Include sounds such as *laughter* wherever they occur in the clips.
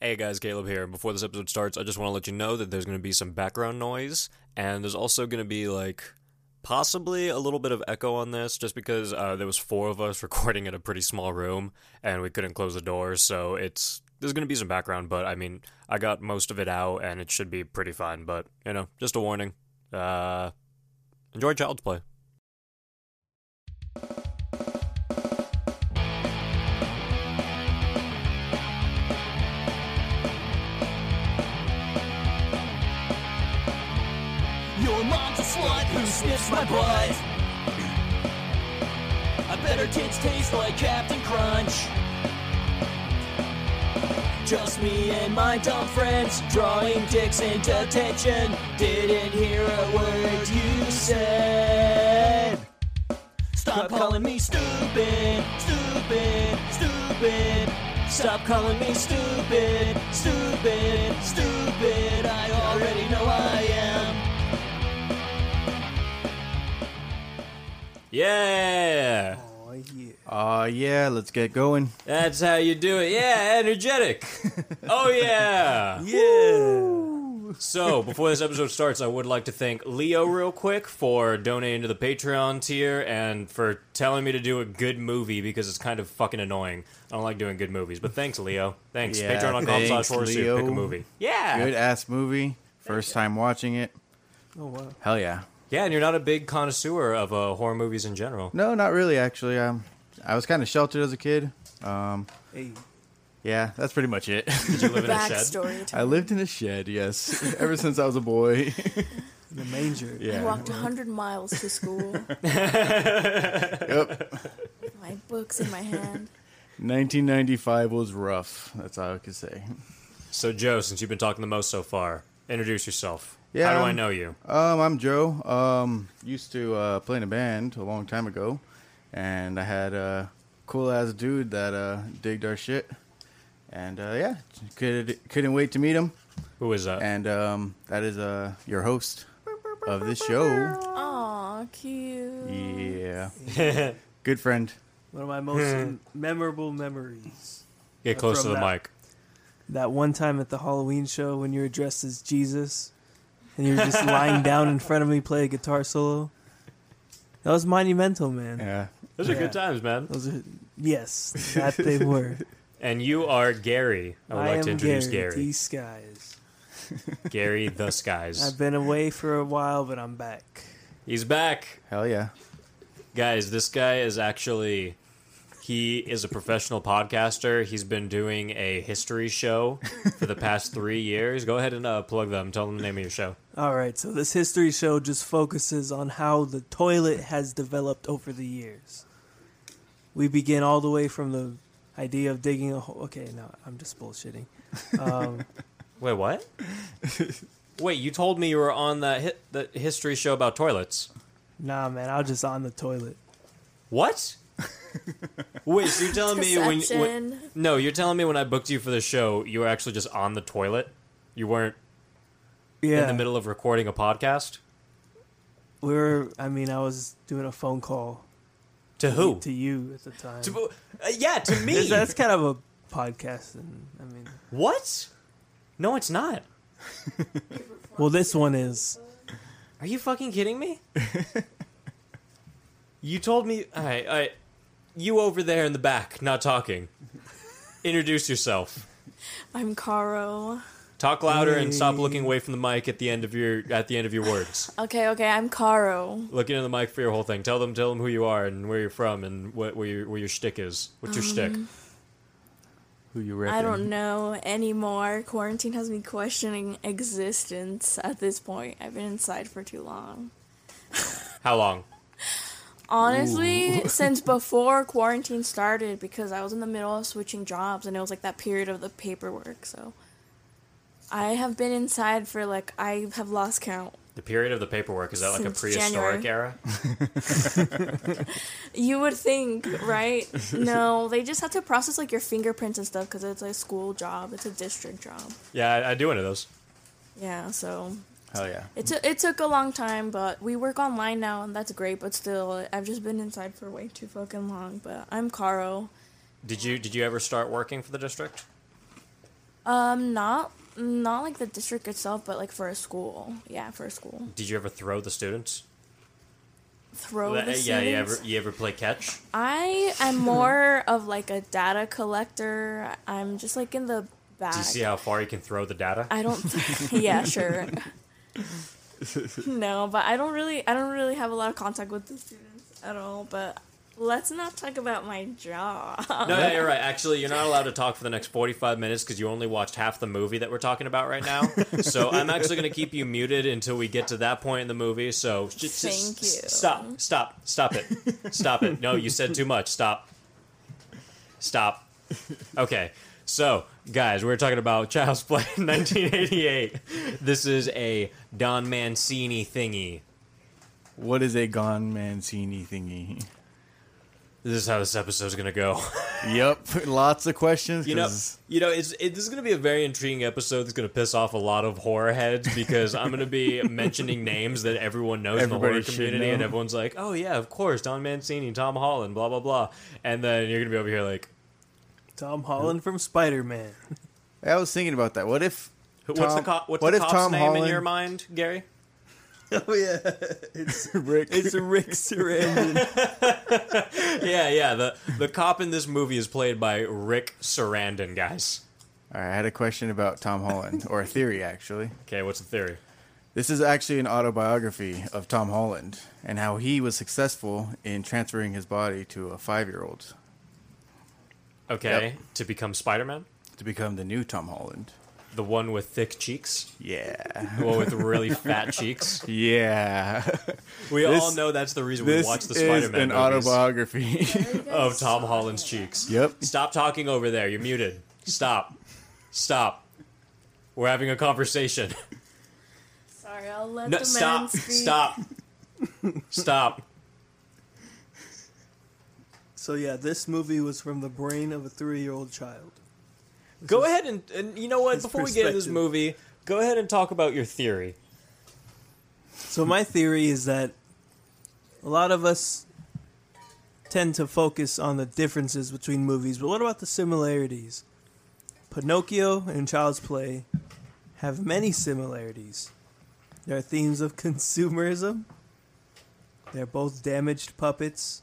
Hey guys, Caleb here. Before this episode starts, I just want to let you know that there's going to be some background noise, and there's also going to be like possibly a little bit of echo on this, just because uh, there was four of us *laughs* recording in a pretty small room, and we couldn't close the door, so it's there's going to be some background. But I mean, I got most of it out, and it should be pretty fine. But you know, just a warning. Uh, enjoy Child's Play. Your mom's a slut who sniffs my butt. I bet her tits taste like Captain Crunch. Just me and my dumb friends drawing dicks into attention. Didn't hear a word you said. Stop calling me stupid, stupid, stupid. Stop calling me stupid, stupid, stupid. I already know I am. Yeah, Uh, yeah, let's get going. that's how you do it. Yeah, *laughs* energetic. Oh yeah. So, before this episode starts, I would like to thank Leo real quick for donating to the Patreon tier and for telling me to do a good movie because it's kind of fucking annoying. I don't like doing good movies, but thanks, Leo. Thanks. Yeah, Patreon.com thanks, slash horse Leo. pick a movie. Yeah. Good ass movie. First time watching it. Oh wow. Hell yeah. Yeah, and you're not a big connoisseur of uh, horror movies in general. No, not really. Actually, um, I was kind of sheltered as a kid. Um, yeah, that's pretty much it. *laughs* Did you live in a shed? backstory to I lived in a shed. Yes, *laughs* ever since I was a boy. The manger. *laughs* I yeah. walked 100 miles to school. Yep. my books in my hand. 1995 was rough. That's all I could say. So, Joe, since you've been talking the most so far, introduce yourself. Yeah, How do I um, know you? Um, I'm Joe. Um, used to uh, play in a band a long time ago, and I had a cool ass dude that uh, digged our shit, and uh, yeah, could couldn't wait to meet him. Who is that? And um, that is uh, your host of this show. Aw, cute. *laughs* Yeah, good friend. One of my most memorable memories. Get close to from the that- mic. That one time at the Halloween show when you were dressed as Jesus and you were just lying down in front of me playing a guitar solo. That was monumental, man. Yeah, Those are Yeah. good times, man. Those are, yes, that they were. And you are Gary. *laughs* I would I like am to introduce Gary. Gary. These skies. *laughs* Gary the Skies. I've been away for a while, but I'm back. He's back. hell yeah. Guys, this guy is actually he is a professional podcaster. He's been doing a history show for the past 3 years. Go ahead and uh, plug them. Tell them the name of your show. All right, so this history show just focuses on how the toilet has developed over the years. We begin all the way from the idea of digging a hole. Okay, no, I'm just bullshitting. Um, Wait, what? *laughs* Wait, you told me you were on that hi- the history show about toilets. nah, man, I was just on the toilet. *laughs* What? Wait, so you're telling me when, when Deception. No, you're telling me when I booked you for the show, you were actually just on the toilet. You weren't Yeah, in the middle of recording a podcast? We were. I mean, I was doing a phone call To who? to you at the time. To- uh, yeah, *laughs* to me. That's- that's kind of a podcast, and I mean, What? No, it's not. well, this one is. Are you fucking kidding *laughs* me? you told me. I, I, you over there in the back, not talking. Introduce yourself. I'm Caro. Talk louder and stop looking away from the mic at the end of your at the end of your words. *laughs* Okay, okay, I'm Caro. Looking in the mic for your whole thing. Tell them, tell them who you are and where you're from and what where your where your shtick is. What's your shtick? Who you reckon? I don't know anymore. Quarantine has me questioning existence at this point. I've been inside for too long. How long? *laughs* Honestly, since before quarantine started, because I was in the middle of switching jobs and it was like that period of the paperwork, so. I have been inside for like, I have lost count. The period of the paperwork is that like a Since prehistoric January. *laughs* era? You would *laughs* think, right? no, they just have to process like your fingerprints and stuff because it's a school job, it's a district job. Yeah, I, I do one of those. Yeah, so Hell yeah. it took it took a long time, but we work online now, and that's great. But still, I've just been inside for way too fucking long. But I'm Caro. Did you did you ever start working for the district? Um, not not like the district itself, but like for a school. Yeah, for a school. Did you ever throw the students? Throw Uh, the yeah, you ever students. you ever play catch? I *laughs* am more of like a data collector. I'm just like in the back. Do you see how far you can throw the data? I *laughs* don't. *laughs* yeah, sure. no, but I don't really. I don't really have a lot of contact with the students at all. But let's not talk about my job. No, no, you're right. Actually, you're not allowed to talk for the next 45 minutes because you only watched half the movie that we're talking about right now. so I'm actually going to keep you muted until we get to that point in the movie. So just, just Thank s- you. Stop, stop, stop it, stop it. No, you said too much. Stop, stop. Okay. So, guys, we're talking about Child's Play 1988. This is a Don Mancini thingy. What is a Gone Mancini thingy? This is how this episode's going to go. yep, lots of questions. You know, 'cause you know, it's it, this is going to be a very intriguing episode that's going to piss off a lot of horror heads because I'm going to *laughs* be mentioning names that everyone knows in Everybody the horror should community, know. and everyone's like, "Oh yeah, of course, Don Mancini, Tom Holland, blah blah blah," and then you're going to be over here like, Tom Holland from Spider Man. I was thinking about that. *laughs* What if? "Who- "What's the Tom- cop? What's what the if cop's Tom name in Holland- your mind, Gary?" oh yeah, it's Rick. it's *laughs* Rick Sarandon. yeah, yeah. The the cop in this movie is played by Rick Sarandon, guys. All right, I had a question about Tom Holland, or a theory actually. Okay, what's the theory? This is actually an autobiography of Tom Holland and how he was successful in transferring his body to a five-year-old Okay, to become Spider-Man, to become the new Tom Holland. the one with thick cheeks, Yeah, *laughs* the one with really fat *laughs* cheeks. yeah. We This- all know that's the reason we this watch the is Spider-Man an movies. *laughs* autobiography. *laughs* of Tom Holland's cheeks. yep. Stop talking over there. You're muted. Stop. Stop. We're having a conversation. Sorry, I'll let No, the man stop. speak. Stop. Stop. so yeah, this movie was from the brain of a three-year-old child. Go ahead and, and you know what? Before we get into this perspective. movie, go ahead and talk about your theory. So my theory is that a lot of us tend to focus on the differences between movies, but what about the similarities? Pinocchio and Child's Play have many similarities. There are themes of consumerism. They're both damaged puppets.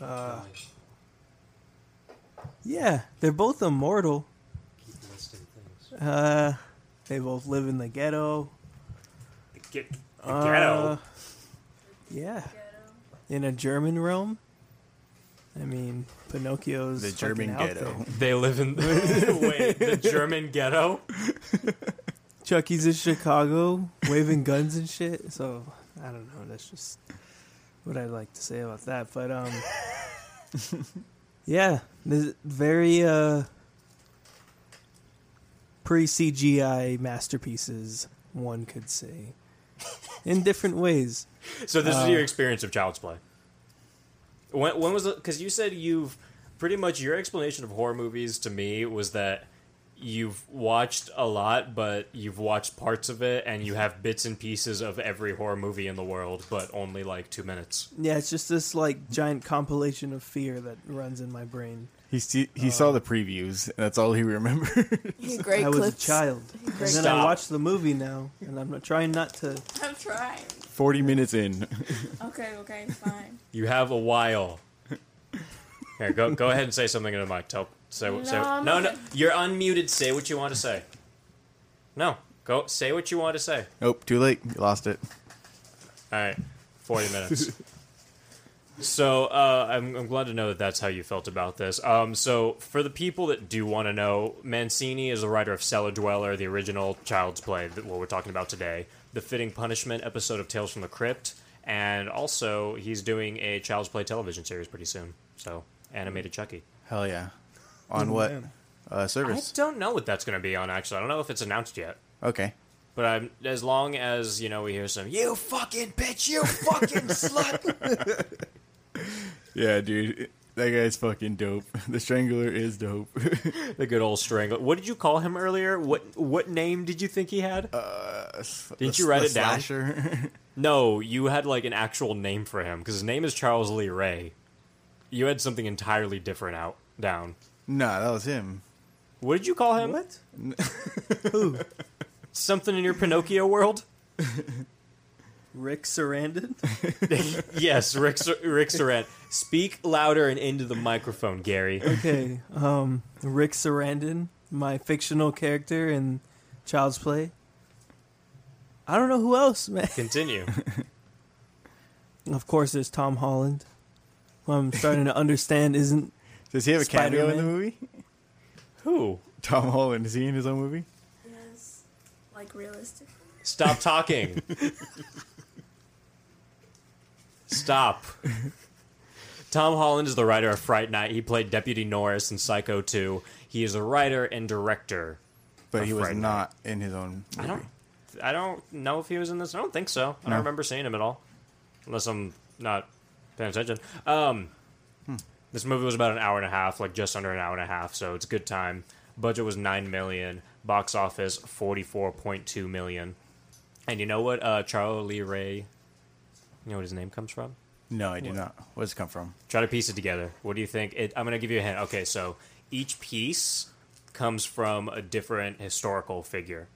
Uh, yeah, they're both immortal. Uh, they both live in the ghetto. Get, Uh, yeah. In a German realm? I mean, Pinocchio's. The fucking German out ghetto. there. They live *laughs* in wait, the *laughs* German ghetto. Chucky's in Chicago, waving guns and shit. So, I don't know. That's just what I'd like to say about that. But, um. yeah. there's Very, uh. Pre CGI masterpieces, one could say. In different ways. So this is your experience of Child's Play. When, when was because you said you've pretty much your explanation of horror movies to me was that you've watched a lot, but you've watched parts of it, and you have bits and pieces of every horror movie in the world, but only like two minutes. Yeah, it's just this like giant compilation of fear that runs in my brain. He see, he saw the previews, and that's all he remembered. *laughs* Hey, *laughs* Great I was clips. a child, and Great then I Stop. watch the movie now, and I'm not trying not to. I'm trying. Forty minutes in, Okay, okay, fine. *laughs* You have a while. Here, go go ahead and say something into the mic. Tell say No, say I'm no no okay. you're unmuted. Say what you want to say. No, go say what you want to say. nope, too late. You lost it. All right, forty minutes. so uh, I'm, I'm glad to know that that's how you felt about this. Um, so for the people that do want to know, Mancini is the writer of Cellar Dweller, the original Child's Play, that what we're talking about today, the Fitting Punishment episode of Tales from the Crypt, and also he's doing a Child's Play television series pretty soon. So animated Chucky. Hell yeah. On what man. uh, I service? don't know what that's going to be on. Actually, I don't know if it's announced yet. Okay. But I'm, as long as you know, we hear some "you fucking bitch, you fucking *laughs* slut," Yeah, dude, that guy's fucking dope. *laughs* The Strangler is dope. *laughs* The good old strangler. What did you call him earlier? What what name did you think he had? Didn't you write it down? *laughs* down? No, you had like an actual name for him because his name is Charles Lee Ray. You had something entirely different out down. nah, that was him. What did you call him? What? *laughs* Something in your Pinocchio world? Rick Sarandon? yes, Rick, Sar- Rick Sarandon. Speak louder and into the microphone, Gary. Okay, um, Rick Sarandon, my fictional character in Child's Play. I don't know who else, man. Continue. Of course, there's Tom Holland, who I'm starting to understand isn't. Does he have a cameo in the Spider-Man. movie? Who? Tom Holland is he in his own movie? Yes. Like realistic. Stop talking. Stop. Tom Holland is the writer of Fright Night. He played Deputy Norris in Psycho 2. He is a writer and director. But he was Friday. not in his own I movie. don't I don't know if he was in this. I don't think so. I No. don't remember seeing him at all. Unless I'm not paying attention. Um This movie was about an hour and a half, like just under an hour and a half, so it's a good time. Budget was 9 million, box office 44.2 million. And you know what uh Charlie Ray You know what his name comes from? No, I do not. Where does it come from? Try to piece it together. What do you think? It, I'm going to give you a hint. Okay, so each piece comes from a different historical figure.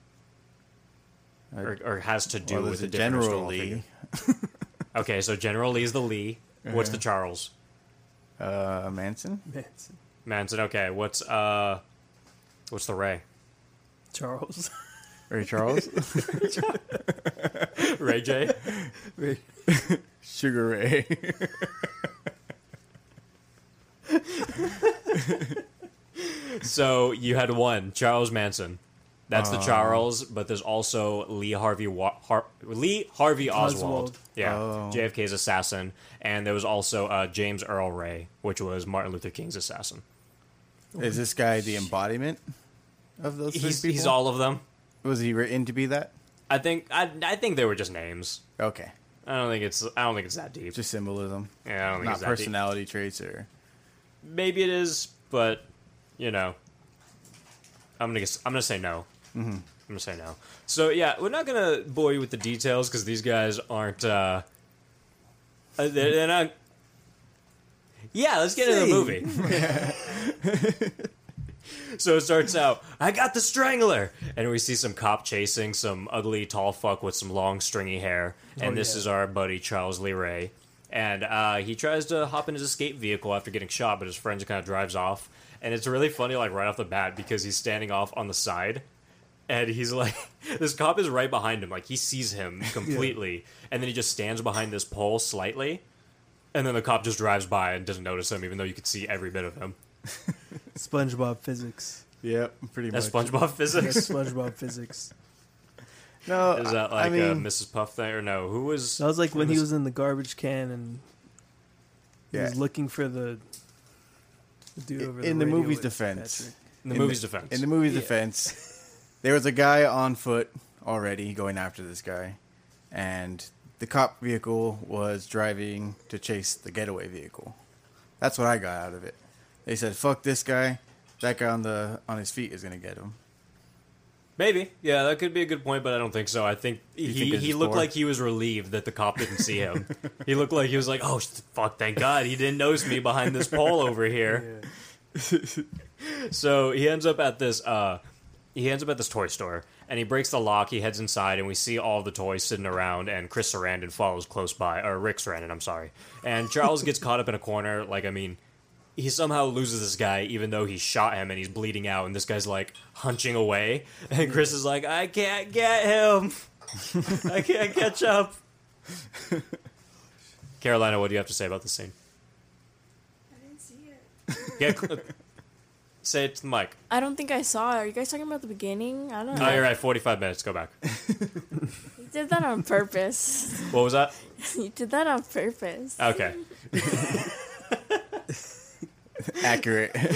Or, or has to do Uh, Well, with there's a a different general historical figure. figure. Okay, so General Lee's the Lee. What's Uh-huh. the Charles? Uh, Manson. *laughs* Manson. Okay, what's uh, what's the Ray? Charles. Ray Charles. Ray J. Rick- *laughs* Sugar Ray. *laughs* so you had one Charles Manson. That's Uh, the Charles, but there's also Lee Harvey Wa- Har- Lee Harvey Oswald. Oswald. Yeah, Oh. JFK's assassin, and there was also uh, James Earl Ray, which was Martin Luther King's assassin. is this guy the embodiment of those three He's, people? he's all of them. Was he written to be that? I think I, I think they were just names. Okay, I don't think it's I don't think it's that deep. just symbolism. yeah, I don't think Not it's that deep. personality traits or. Maybe it is, but you know, I'm gonna guess, I'm gonna say no. Mm-hmm. I'm gonna say no. So yeah, we're not gonna bore you with the details because these guys aren't. Uh, uh, they're, they're not. Yeah, let's get into the See. movie. *laughs* so it starts out. I got the strangler, and we see some cop chasing some ugly tall fuck with some long stringy hair, and Oh, this yeah. is our buddy Charles Lee Ray. And uh, he tries to hop in his escape vehicle after getting shot, but his friend kind of drives off. And it's really funny, like right off the bat, because he's standing off on the side, and he's like, *laughs* this cop is right behind him, like he sees *laughs* him completely, and then he just stands behind this pole slightly, and then the cop just drives by and doesn't notice him, even though you could see every bit of him. *laughs* SpongeBob physics. Yep, pretty That's much. SpongeBob physics. That's SpongeBob physics. No, Is that I- I like mean, uh, Mrs. Puff thing or no? Who was? That was like when he Mrs. was in the garbage can and he yeah. was looking for the, the dude In- over in the radio movie's with defense. Patrick. in the in movie's the- defense. In the movie's defense, there was a guy on foot already going after this guy, and the cop vehicle was driving to chase the getaway vehicle. That's what I got out of it. They said, "Fuck this guy. That guy on the on his feet is gonna get *laughs* him." Maybe. Yeah, that could be a good point, but I don't think so. I think he, think it's he just looked bored? like he was relieved that the cop didn't see him. he looked like he was like, oh, sh- fuck, thank God he didn't notice me behind this pole over here. So he ends up at this, uh, he ends up at this toy store, and he breaks the lock, he heads inside, and we see all the toys sitting around, and Chris Sarandon follows close by, or Rick Sarandon, I'm sorry. And Charles gets caught up in a corner, like, I mean... He somehow loses this guy, even though he shot him and he's bleeding out, and this guy's like hunching away. *laughs* And Chris is like, I can't get him. *laughs* I can't catch up. Carolina, what do you have to say about this scene? I didn't see it. Get cl- say it to the mic. I don't think I saw it. Are you guys talking about the beginning? I don't know. Oh, you're right. 45 minutes. Go back. You did that on purpose. *laughs* What was that? you did that on purpose. Okay. Accurate. *laughs* *laughs*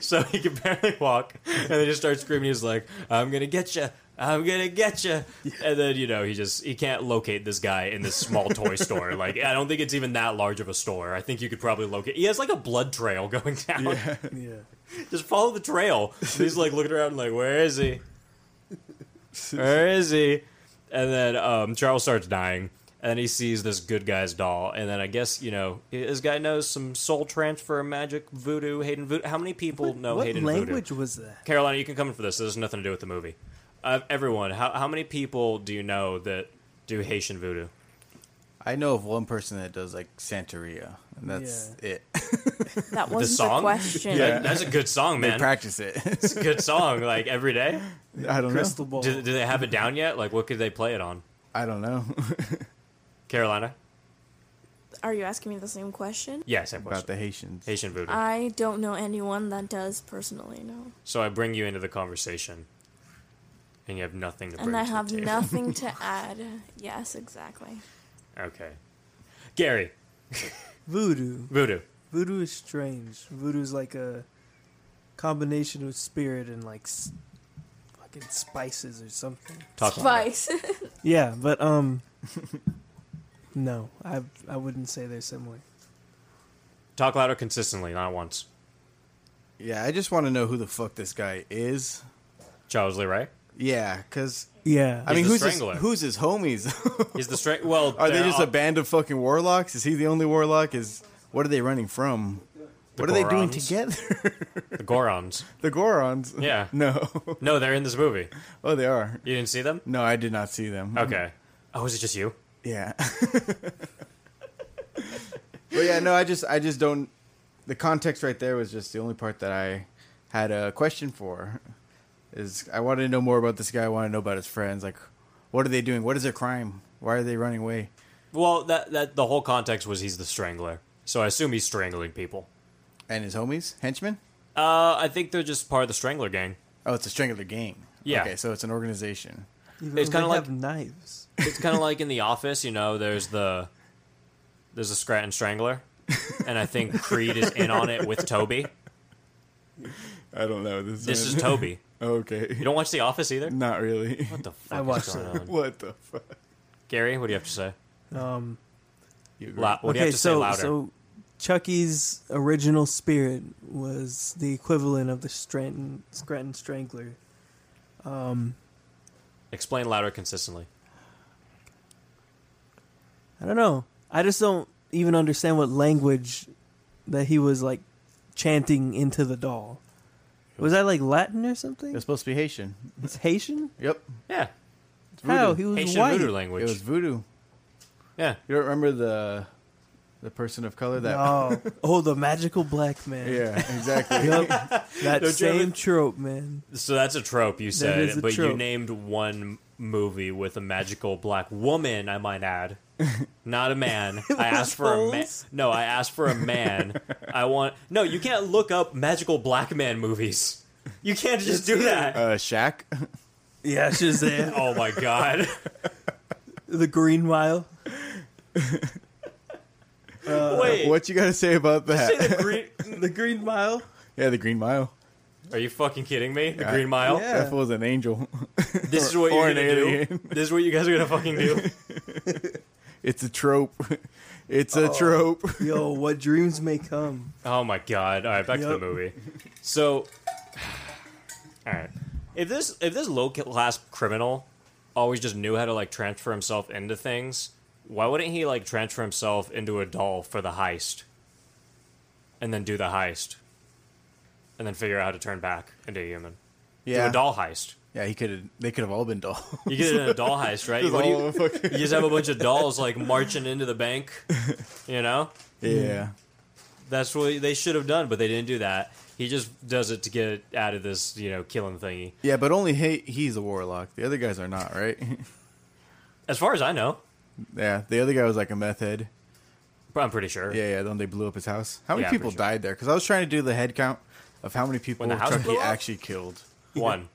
So he can barely walk, and then just starts screaming. He's like, "I'm gonna get you! I'm gonna get you!" And then you know he just he can't locate this guy in this small toy store. Like I don't think it's even that large of a store. I think you could probably locate. He has like a blood trail *laughs* going down. Yeah. Just follow the trail. And he's like looking around, like, where is he? Where is he? And then um, Charles starts dying. And then he sees this good guy's doll, and then I guess you know this guy knows some soul transfer magic, voodoo, Hayden voodoo. How many people know what Hayden voodoo? language was that? Carolina, you can come in for this. This has nothing to do with the movie. Uh, everyone, how, how many people do you know that do Haitian voodoo? I know of one person that does like Santeria, and that's it. That wasn't the, song? question. That- that's a good song, they man. practice it. *laughs* It's a good song, like every day. I don't Crystal know. ball. Do, do they have it down yet? Like, what could they play it on? I don't know Carolina? Are you asking me the same question? Yeah, same about question. the Haitians. Haitian voodoo. I don't know anyone that does personally, no. so I bring you into the conversation, and you have nothing to bring And I to have the table. *laughs* nothing to add. Yes, exactly. Okay. Gary, Voodoo. voodoo. Voodoo is strange. Voodoo is like a combination of spirit and like s- fucking spices or something. Talk about it. Vice. *laughs* Yeah, but um, no, I I wouldn't say they're similar. Talk louder consistently, not once. Yeah, I just want to know who the fuck this guy is. Charles Lee Ray? Yeah, because Yeah, I mean, the who's his, Strangler. who's his homies? *laughs* Is the straight. Well, Are they they're just all- a band of fucking warlocks? Is he the only warlock? Is what are they running from? what are they doing Gorons. together? *laughs* The Gorons. the Gorons. Yeah. *laughs* No. No, they're in this movie. Oh, they are. You didn't see them? No, I did not see them. Okay. Oh, is it just you? Yeah. *laughs* but yeah, no, I just I just don't the context right there was just the only part that I had a question for. Is I wanted to know more about this guy, I want to know about his friends, like what are they doing? What is their crime? Why are they running away? Well, that that the whole context was he's the strangler, so I assume he's strangling people. And his homies? Henchmen? Uh, I think they're just part of the strangler gang. Oh, it's a strangler gang. Yeah. Okay, so it's an organization. Even it's though kinda they like- have knives. It's kind of like in the office, you know. There's the there's a Scranton strangler, and I think Creed is in on it with Toby. I don't know. This, This is Toby. *laughs* Okay. You don't watch The Office either. What Not really. *laughs* the fuck I watched is going on? what the fuck? Gary, what do you have to say? Um, You agree? Lou- what do you okay, have to say so louder? so Chucky's original spirit was the equivalent of the Scranton Scranton Strangler. Explain louder consistently. I don't know. I just don't even understand what language that he was like chanting into the doll. Was that like Latin or something? It's supposed to be Haitian. It's Haitian? Yep. Yeah, It's How? He voodoo. was Haitian white. voodoo It language. was voodoo. yeah, You don't remember the the person of color that? *laughs* Oh, *laughs* oh, the magical black man. Yeah, exactly. Yup. that you same ever- trope, man. So that's a trope you said, is a but you trope. named one movie with a magical black woman. I might *laughs* add, not a man. I asked for a man. Holes? No, I asked for a man. I want no. You can't look up magical black man movies. You can't just do that. uh, Shaq. Yeah, Shazam. Oh my god. *laughs* the Green Mile. Uh, Wait. *laughs* What you gotta say about Say that? the green, *laughs* The Green Mile? yeah, the Green Mile. are you fucking kidding me? The Green Mile. Yeah. That was an angel. *laughs* This is what Or- you're or an gonna do. alien. This is what you guys are gonna fucking do. it's a trope. *laughs* It's a trope. Yo, what dreams may come. Oh my god! All right, back to the Yep. movie. So, *sighs* all right, if this if this low class criminal always just knew how to like transfer himself into things, why wouldn't he like transfer himself into a doll for the heist, and then do the heist, and then figure out how to turn back into a human? Do Yeah. a doll heist. Yeah, he could have. They could have all *laughs* been doll. You get in a doll *laughs* heist, right? Just What do all you, fucking- you just have a bunch of dolls like marching into the bank, you know? *laughs* yeah. That's what they should have done, but they didn't do that. He just does it to get out of this, you know, killing thingy. Yeah, but only he, he's a warlock. The other guys are not, right? *laughs* As far as I know, yeah, the other guy was like a meth head. I'm pretty sure. Yeah, yeah. Then they blew up his house. How many Yeah, I'm people pretty sure. died there? Because I was trying to do the head count of how many people When the house Chucky blew up? actually killed. *laughs* One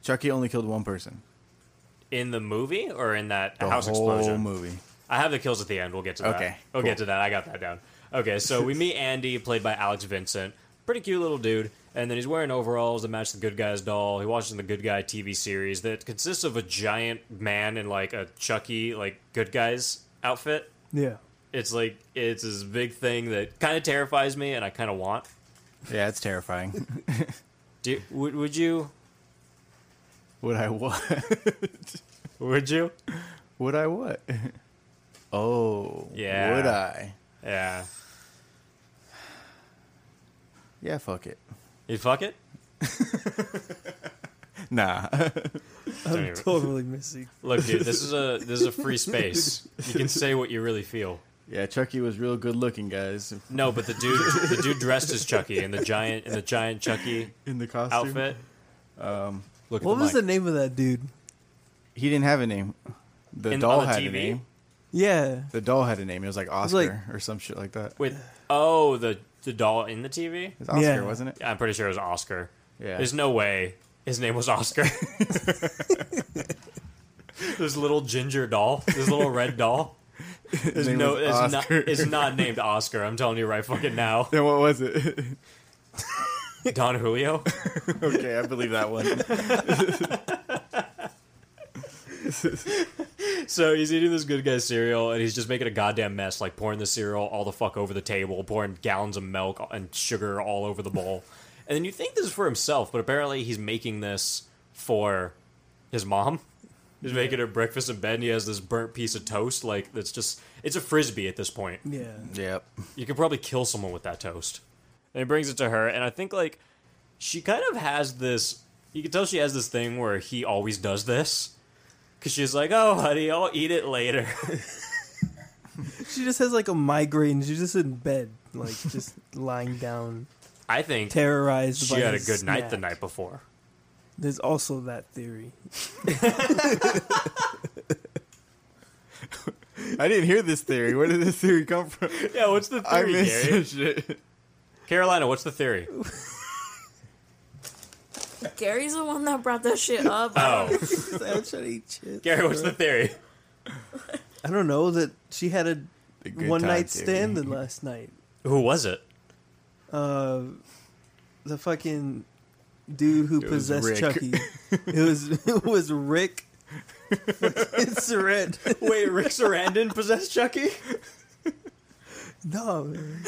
Chucky only killed one person. in the movie or in that The house whole explosion. movie. I have the kills at the end. We'll get to that. Okay, We'll cool. get to that. I got that down. Okay, so we meet Andy, played by Alex Vincent. Pretty cute little dude. And then he's wearing overalls that match the good guy's doll. He watches the good guy TV series that consists of a giant man in like a Chucky, like good guy's outfit. Yeah. It's like, it's this big thing that kind of terrifies me and I kind of want. Yeah, it's terrifying. *laughs* Do, would, would you? *laughs* would I what? Would you? Would I what? *laughs* Oh, Yeah. Would I? Yeah. Yeah, fuck it. You fuck *laughs* it? Nah. *laughs* Don't I'm even- *laughs* totally missing. Look, dude, this is a this is a free space. You can say what you really feel. yeah, Chucky was real good looking, guys, No, but the dude the dude dressed as Chucky in the giant in the giant Chucky in the costume. outfit. Um, look What at was the the mic. name of that dude? He didn't have a name. The In- doll on the had a TV? name. Yeah, The doll had a name. It was like was Oscar like- or some shit like that. It Wait, oh the the doll in the TV. was Oscar, Yeah. wasn't it? I'm pretty sure it was Oscar. Yeah. There's no way his name was Oscar. *laughs* this little ginger doll, this little red doll, His is name no, was is not, Oscar. is not named Oscar. I'm telling you right fucking now, *laughs* Then what was it? Don Julio. *laughs* okay, I believe that *laughs* one. So he's eating this good guy cereal, and he's just making a goddamn mess, like pouring the cereal all the fuck over the table, pouring gallons of milk and sugar all over the *laughs* bowl. And then you think this is for himself, but apparently he's making this for his mom. He's making her breakfast in bed, and he has this burnt piece of toast, like that's just—it's a frisbee at this point. yeah. yep. You could probably kill someone with that toast. And he brings it to her, and I think like she kind of has this. You can tell she has this thing where he always does this, because she's like, "Oh, honey, I'll eat it later." She just has like a migraine. She's just in bed, like *laughs* just lying down, I think terrorized. she by had a his good night snack. the night before. There's also that *laughs* theory. I didn't hear this theory. Where did this theory come from? Yeah, what's the I theory, missed Gary? this shit. Carolina, what's the theory? *laughs* Gary's the one that brought that shit up. Oh, I'm trying to eat chips. Gary, what's the theory? I don't know that she had a The good one time night theory. stand the last night. Who was it? Uh, the fucking dude who It was possessed Rick. *laughs* Chucky. it was *laughs* it was Rick. *laughs* it's red. Wait, Rick *laughs* Sarandon possessed Chucky? *laughs* No, man.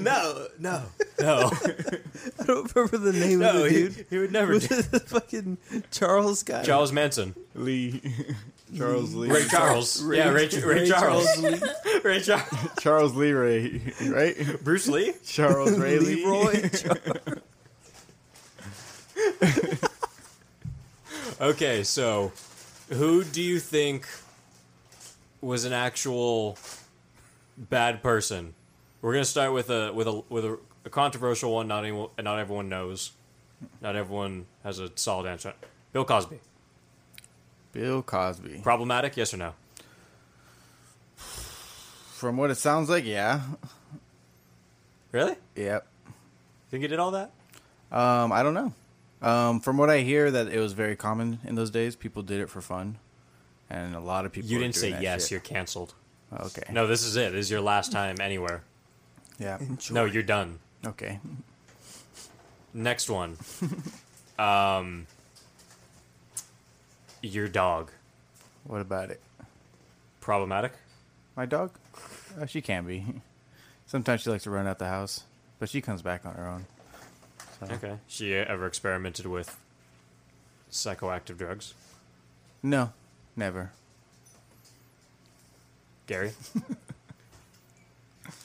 No, no, no, I don't remember the name of no. *laughs* the He, dude. he would never. Was Do. it the fucking Charles guy? Charles Manson, Lee. *laughs* Charles Lee. Ray Charles, yeah, Ray, Ray, Charles, Lee- Ray Charles, Charles Lee Ray, right? Bruce Lee. Charles Ray Lee. Leroy. Charles. Okay, so who do you think was an actual bad person? We're gonna start with a with a with a, a controversial one. Not anyone, not everyone knows. Not everyone has a solid answer. Bill Cosby, Bill Cosby. problematic? Yes or no? From what it sounds like, yeah. Really? Yep. Think he did all that? Um, I don't know. Um, from what I hear, that it was very common in those days. People did it for fun, and a lot of people. You were didn't say doing that yes. shit. You're canceled. Okay. No, this is it. This is your last time anywhere. Yeah. *laughs* No, you're done. Okay. Next *laughs* one. um, your dog, What about it? problematic? My dog? Uh, she can be. *laughs* Sometimes she likes to run out the house, but she comes back on her own. Okay. She ever experimented with psychoactive drugs? No, never. Gary?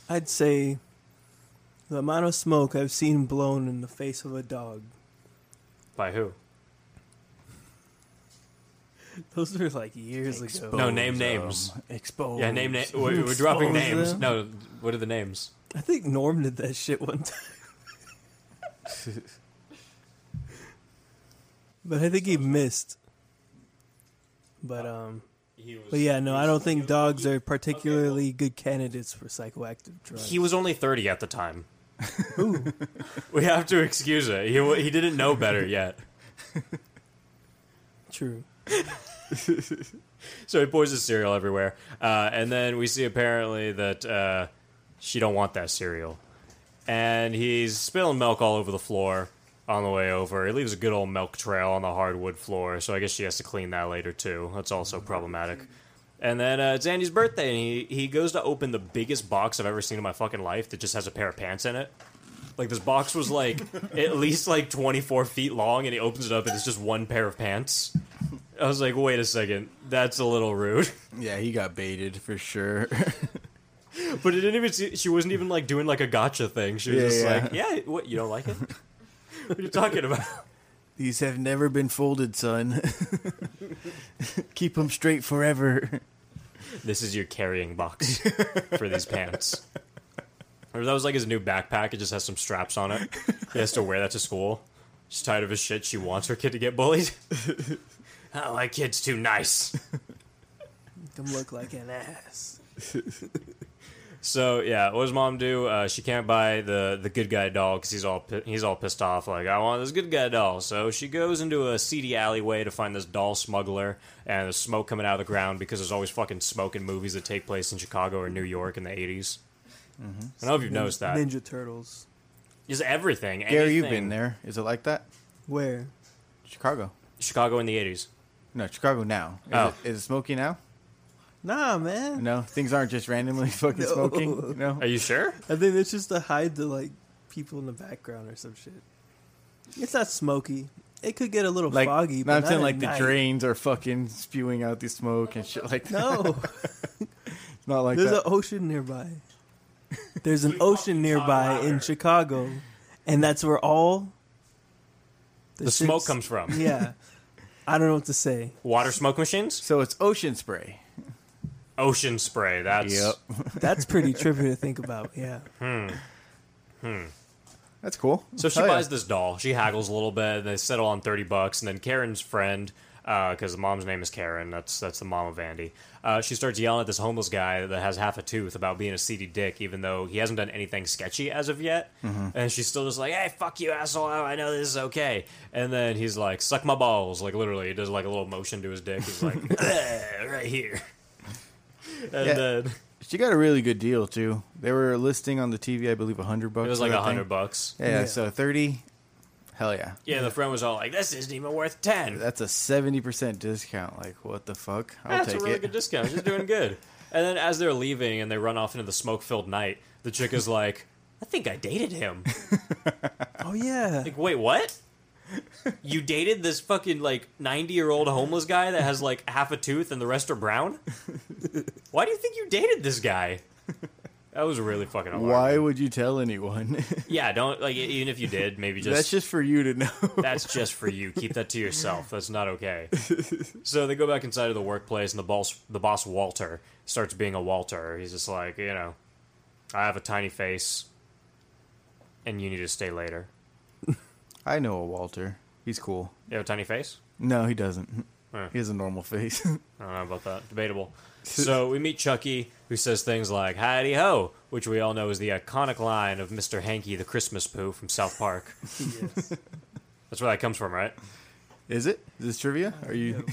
I'd say the amount of smoke I've seen blown in the face of a dog. By who? Those were like years ago. No, name names. Exposed. Yeah, name name. We're, we're dropping Expose names. them. No, what are the names? I think Norm did that shit one time. *laughs* but I think he missed. But um He was, but yeah, no, I don't think dogs are particularly good candidates for psychoactive drugs. He was only thirty at the *laughs* time. we have to excuse it. He wa- he didn't know better yet, True. *laughs* so he pours his cereal everywhere. Uh, and then we see apparently that uh, she don't want that cereal, and he's spilling milk all over the floor on the way over. It leaves a good old milk trail on the hardwood floor, so I guess she has to clean that later too. That's also problematic. And then uh, it's Andy's birthday, and he, he goes to open the biggest box I've ever seen in my fucking life that just has a pair of pants in it. Like this box was like *laughs* at least like twenty four feet long, and he opens it up, and it's just one pair of pants. I was like, wait a second, That's a little rude. *laughs* Yeah, he got baited for sure. But it didn't even. See, she wasn't even like doing like a gotcha thing. She was Yeah, just yeah. like, "Yeah, what you don't like it? what are you talking about?" *laughs* These have never been folded, son. *laughs* Keep them straight forever. This is your carrying box for these pants. Or that was like his new backpack. It just has some straps on it. He has to wear that to school. She's tired of his shit. She wants her kid to get bullied. *laughs* oh, my kid's too nice. Them look like an ass. So yeah, what does mom do? Uh, she can't buy the the good guy doll because he's all pi- he's all pissed off. Like I want this good guy doll. So she goes into a seedy alleyway to find this doll smuggler, and there's smoke coming out of the ground because there's always fucking smoke in movies that take place in Chicago or New York in the 80s Mm-hmm. I don't know if you've noticed that. Ninja Turtles. Just everything. Gary, you've anything. been there. Is it like that? Where? Chicago. Chicago in the eighties. No, Chicago now. Is, Oh. it, is it smoky now? Nah, man. No, things aren't just randomly *laughs* fucking No. smoking. No. Are you sure? I think it's just to hide the like people in the background or some shit. It's not smoky. It could get a little Like, foggy. no, But I'm not saying at like the night. drains are fucking spewing out the smoke and shit *laughs* like that. No, It's not like there's an that. ocean nearby. *laughs* There's an ocean nearby in Chicago, and that's where all The smoke shit's- comes from *laughs* Yeah, I don't know what to say. water smoke machines, so it's ocean spray. ocean spray. That's That's pretty trippy to think about. Yeah, That's cool. So she Hell yeah. buys this doll. She haggles a little bit. They settle on thirty bucks, and then Karen's friend, because the mom's name is Karen, that's that's the mom of Andy. Uh, she starts yelling at this homeless guy that has half a tooth about being a seedy dick, even though he hasn't done anything sketchy as of yet. Mm-hmm. And she's still just like, "Hey, fuck you, asshole! I know this is okay." And then he's like, "Suck my balls!" Like literally, he does like a little motion to his dick. He's *laughs* like, "Right here." And Yeah. then She got a really good deal too. They were listing on the TV, I believe, hundred bucks. it was for like that a hundred thing. bucks. Yeah, Yeah. So thirty. Hell yeah. Yeah, the friend was all like, "This isn't even worth ten. That's a seventy percent discount. Like what the fuck? I'll That's take a really it. good discount. She's doing *laughs* good. And then as they're leaving and they run off into the smoke filled night, the chick is like, I think I dated him. oh yeah, Like, wait, what? You dated this fucking like 90 year old homeless guy that has like half a tooth and the rest are *laughs* brown? Why do you think you dated this guy? That was really fucking alarming. Why would you tell anyone? *laughs* Yeah, don't like even if you did, maybe just That's just for you to know. *laughs* That's just for you. Keep that to yourself. That's not okay. So they go back inside of the workplace, and the boss, the boss Walter, starts being a Walter. He's just like, you know, I have a tiny face, and you need to stay later. I know a Walter. He's cool. You have a tiny face? No, he doesn't. Huh. He has a normal face. *laughs* I don't know about that. Debatable. So we meet Chucky, who says things like "Howdy ho," which we all know is the iconic line of Mr. Hanky, the Christmas poo from South Park. That's where that comes from, right? Is it? Is this trivia? Are you?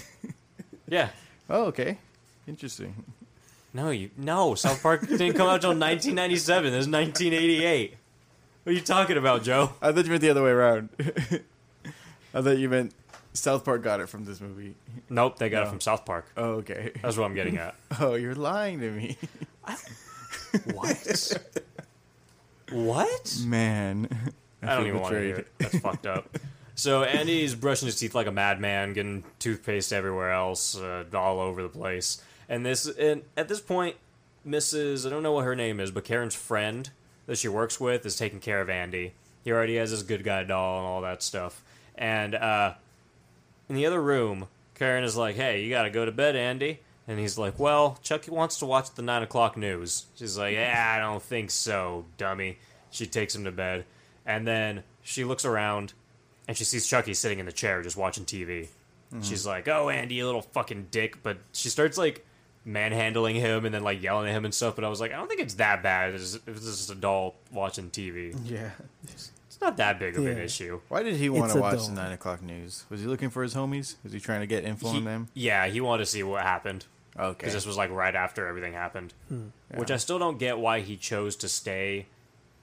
Yeah. Oh, okay. Interesting. No, you no. South Park *laughs* didn't come out till 1997. This is 1988. What are you talking about, Joe? I thought you meant the other way around. *laughs* I thought you meant South Park got it from this movie. Nope, they got it No. from South Park. Oh, okay. *laughs* That's what I'm getting at. Oh, you're lying to me. *laughs* What? what? Man. *laughs* I don't feel even want to hear betrayed. it. That's fucked up. So Andy's brushing his teeth like a madman, getting toothpaste everywhere else, uh, all over the place. And this, and at this point, Mrs. I don't know what her name is, but Karen's friend that she works with is taking care of Andy. He already has his good guy doll and all that stuff. And uh, in the other room, Karen is like, "Hey, you gotta go to bed, Andy." And he's like, "Well, Chucky wants to watch the nine o'clock news." She's like, "Yeah, I don't think so, dummy." She takes him to bed, and then she looks around, and she sees Chucky sitting in the chair just watching TV. She's like, "Oh, Andy, you little fucking dick!" But she starts like manhandling him and then like yelling at him and stuff. But I was like, I don't think it's that bad. It's just, it's just a doll watching TV. Yeah. It's not that big of an Yeah. issue. Why did he want It's to a watch doll. the 9 o'clock news? Was he looking for his homies? Was he trying to get info He- on them? Yeah, he wanted to see what happened. Okay. because this was like right after everything happened, Hmm. which I still don't get why he chose to stay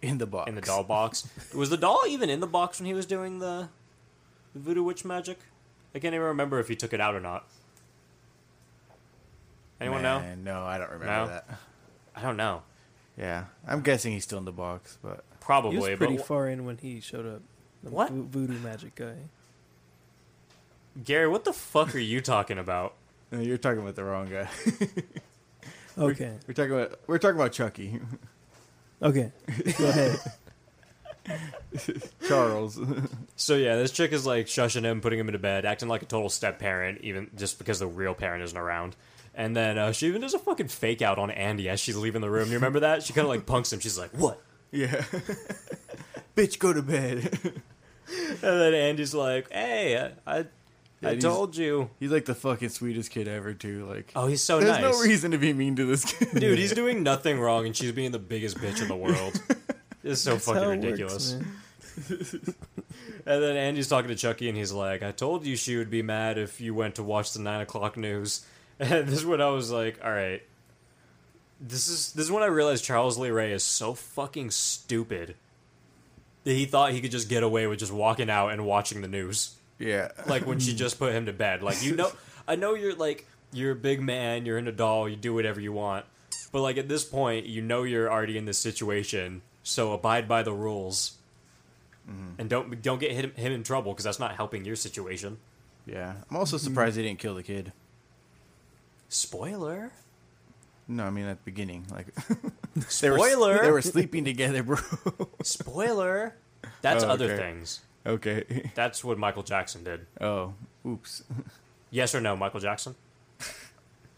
in the box. in *laughs* the doll box. was the doll even in the box when he was doing the, the voodoo witch magic? I can't even remember if he took it out or not. Anyone know? Man, No, I don't remember No? that. I don't know. Yeah. I'm guessing he's still in the box, but he was Probably, but pretty wh- far in when he showed up. The What? vo- voodoo magic guy? Gary, what the fuck are you talking about? No, you're talking about the wrong guy. Okay. *laughs* We're talking about we're talking about Chucky, *laughs* Okay. Go ahead. Charles. *laughs* So yeah, this chick is like shushing him, putting him into bed, acting like a total step parent, even just because the real parent isn't around. And then uh, she even does a fucking fake out on Andy as she's leaving the room. You remember that? She kind of like punks him. She's like, "What?" yeah. *laughs* Bitch, go to *laughs* bed. And then Andy's like, "Hey, I, I, I Andy's- told you." He's like the fucking sweetest kid ever, too. Like, Oh, he's so there's nice, no reason to be mean to this kid, dude. He's doing nothing wrong, and she's being the biggest bitch in the world. It's so That's fucking how it works, ridiculous. man. And then Andy's talking to Chucky, and he's like, "I told you she would be mad if you went to watch the nine o'clock news." *laughs* And this is when I was like, "All right, this is this is when I realized Charles Lee Ray is so fucking stupid that he thought he could just get away with just walking out and watching the news, *laughs* yeah. like when *laughs* Mm. she just put him to bed. Like you know, I know you're like you're a big man, you're in a doll, you do whatever you want, but like at this point, you know you're already in this situation, so abide by the rules." Mm-hmm. and don't don't get him, him in trouble because that's not helping your situation. Yeah. I'm also surprised they didn't kill the kid. Spoiler. No, I mean at the beginning, like *laughs* they were, Spoiler. *laughs* They were sleeping together, bro. *laughs* Spoiler. That's Oh, other okay. things. okay. That's what Michael Jackson did. Oh, oops. Yes or no, Michael Jackson?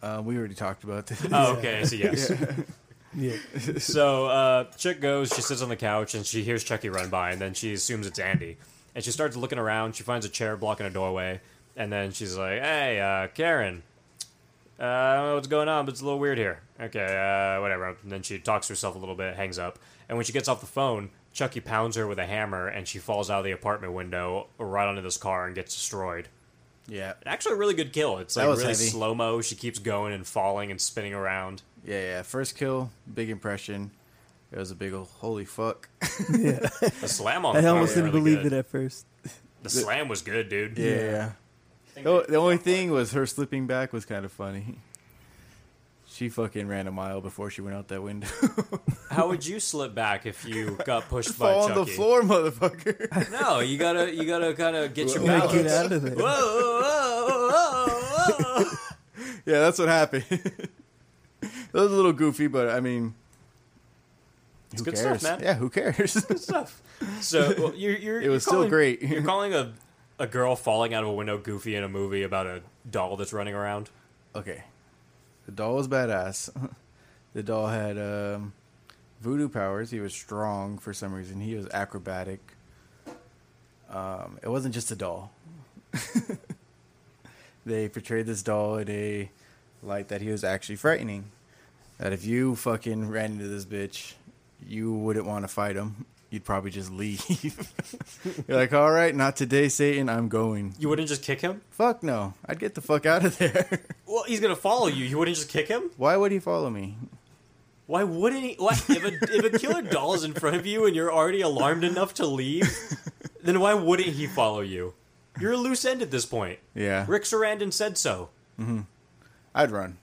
Uh, we already talked about this. Oh, okay. So yes. Yeah. So uh, chick goes. She sits on the couch and she hears Chucky run by, and then she assumes it's Andy. And she starts looking around. She finds a chair blocking a doorway, and then she's like, "Hey, uh, Karen." Uh, I don't know what's going on, but it's a little weird here. Okay, uh, whatever. And then she talks to herself a little bit, hangs up, and when she gets off the phone, Chucky pounds her with a hammer, and she falls out of the apartment window right onto this car and gets destroyed. *laughs* Yeah. Actually, a really good kill. It's That like was really heavy. slow mo. She keeps going and falling and spinning around. Yeah, yeah. First kill, big impression. It was a big ol' holy fuck. *laughs* Yeah. The slam on. I the car almost was didn't really believe good. it at first. The slam was good, dude. Yeah. The, the only thing was her slipping back was kind of funny. She fucking ran a mile before she went out that window. *laughs* *laughs* How would you slip back if you got pushed by Fall Chucky? on the floor, motherfucker. *laughs* No, you gotta you gotta kind of get your Yeah, balance. get out of there. Whoa, whoa, whoa, whoa, whoa. yeah, that's what happened. *laughs* that was a little goofy, but I mean, It's who good cares? stuff, man. Yeah, who *laughs* cares? Stuff. So well, you're, you're It was you're still calling- great. *laughs* You're calling a a girl falling out of a window goofy in a movie about a doll that's running around. okay, the doll was badass. *laughs* The doll had um, voodoo powers. He was strong for some reason. He was acrobatic. Um, it wasn't just a doll. *laughs* they portrayed this doll in a light that he was actually frightening. That if you fucking ran into this bitch, you wouldn't want to fight him. You'd probably just leave. *laughs* You're like, all right, not today, Satan. I'm going. You wouldn't just kick him. Fuck no. I'd get the fuck out of there. *laughs* Well, he's gonna follow you. You wouldn't just kick him. Why would he follow me? Why wouldn't he? Why, if a if a killer doll is in front of you and you're already alarmed enough to leave, then why wouldn't he follow you? You're a loose end at this point. Yeah. Rick Sarandon said so. I'd run.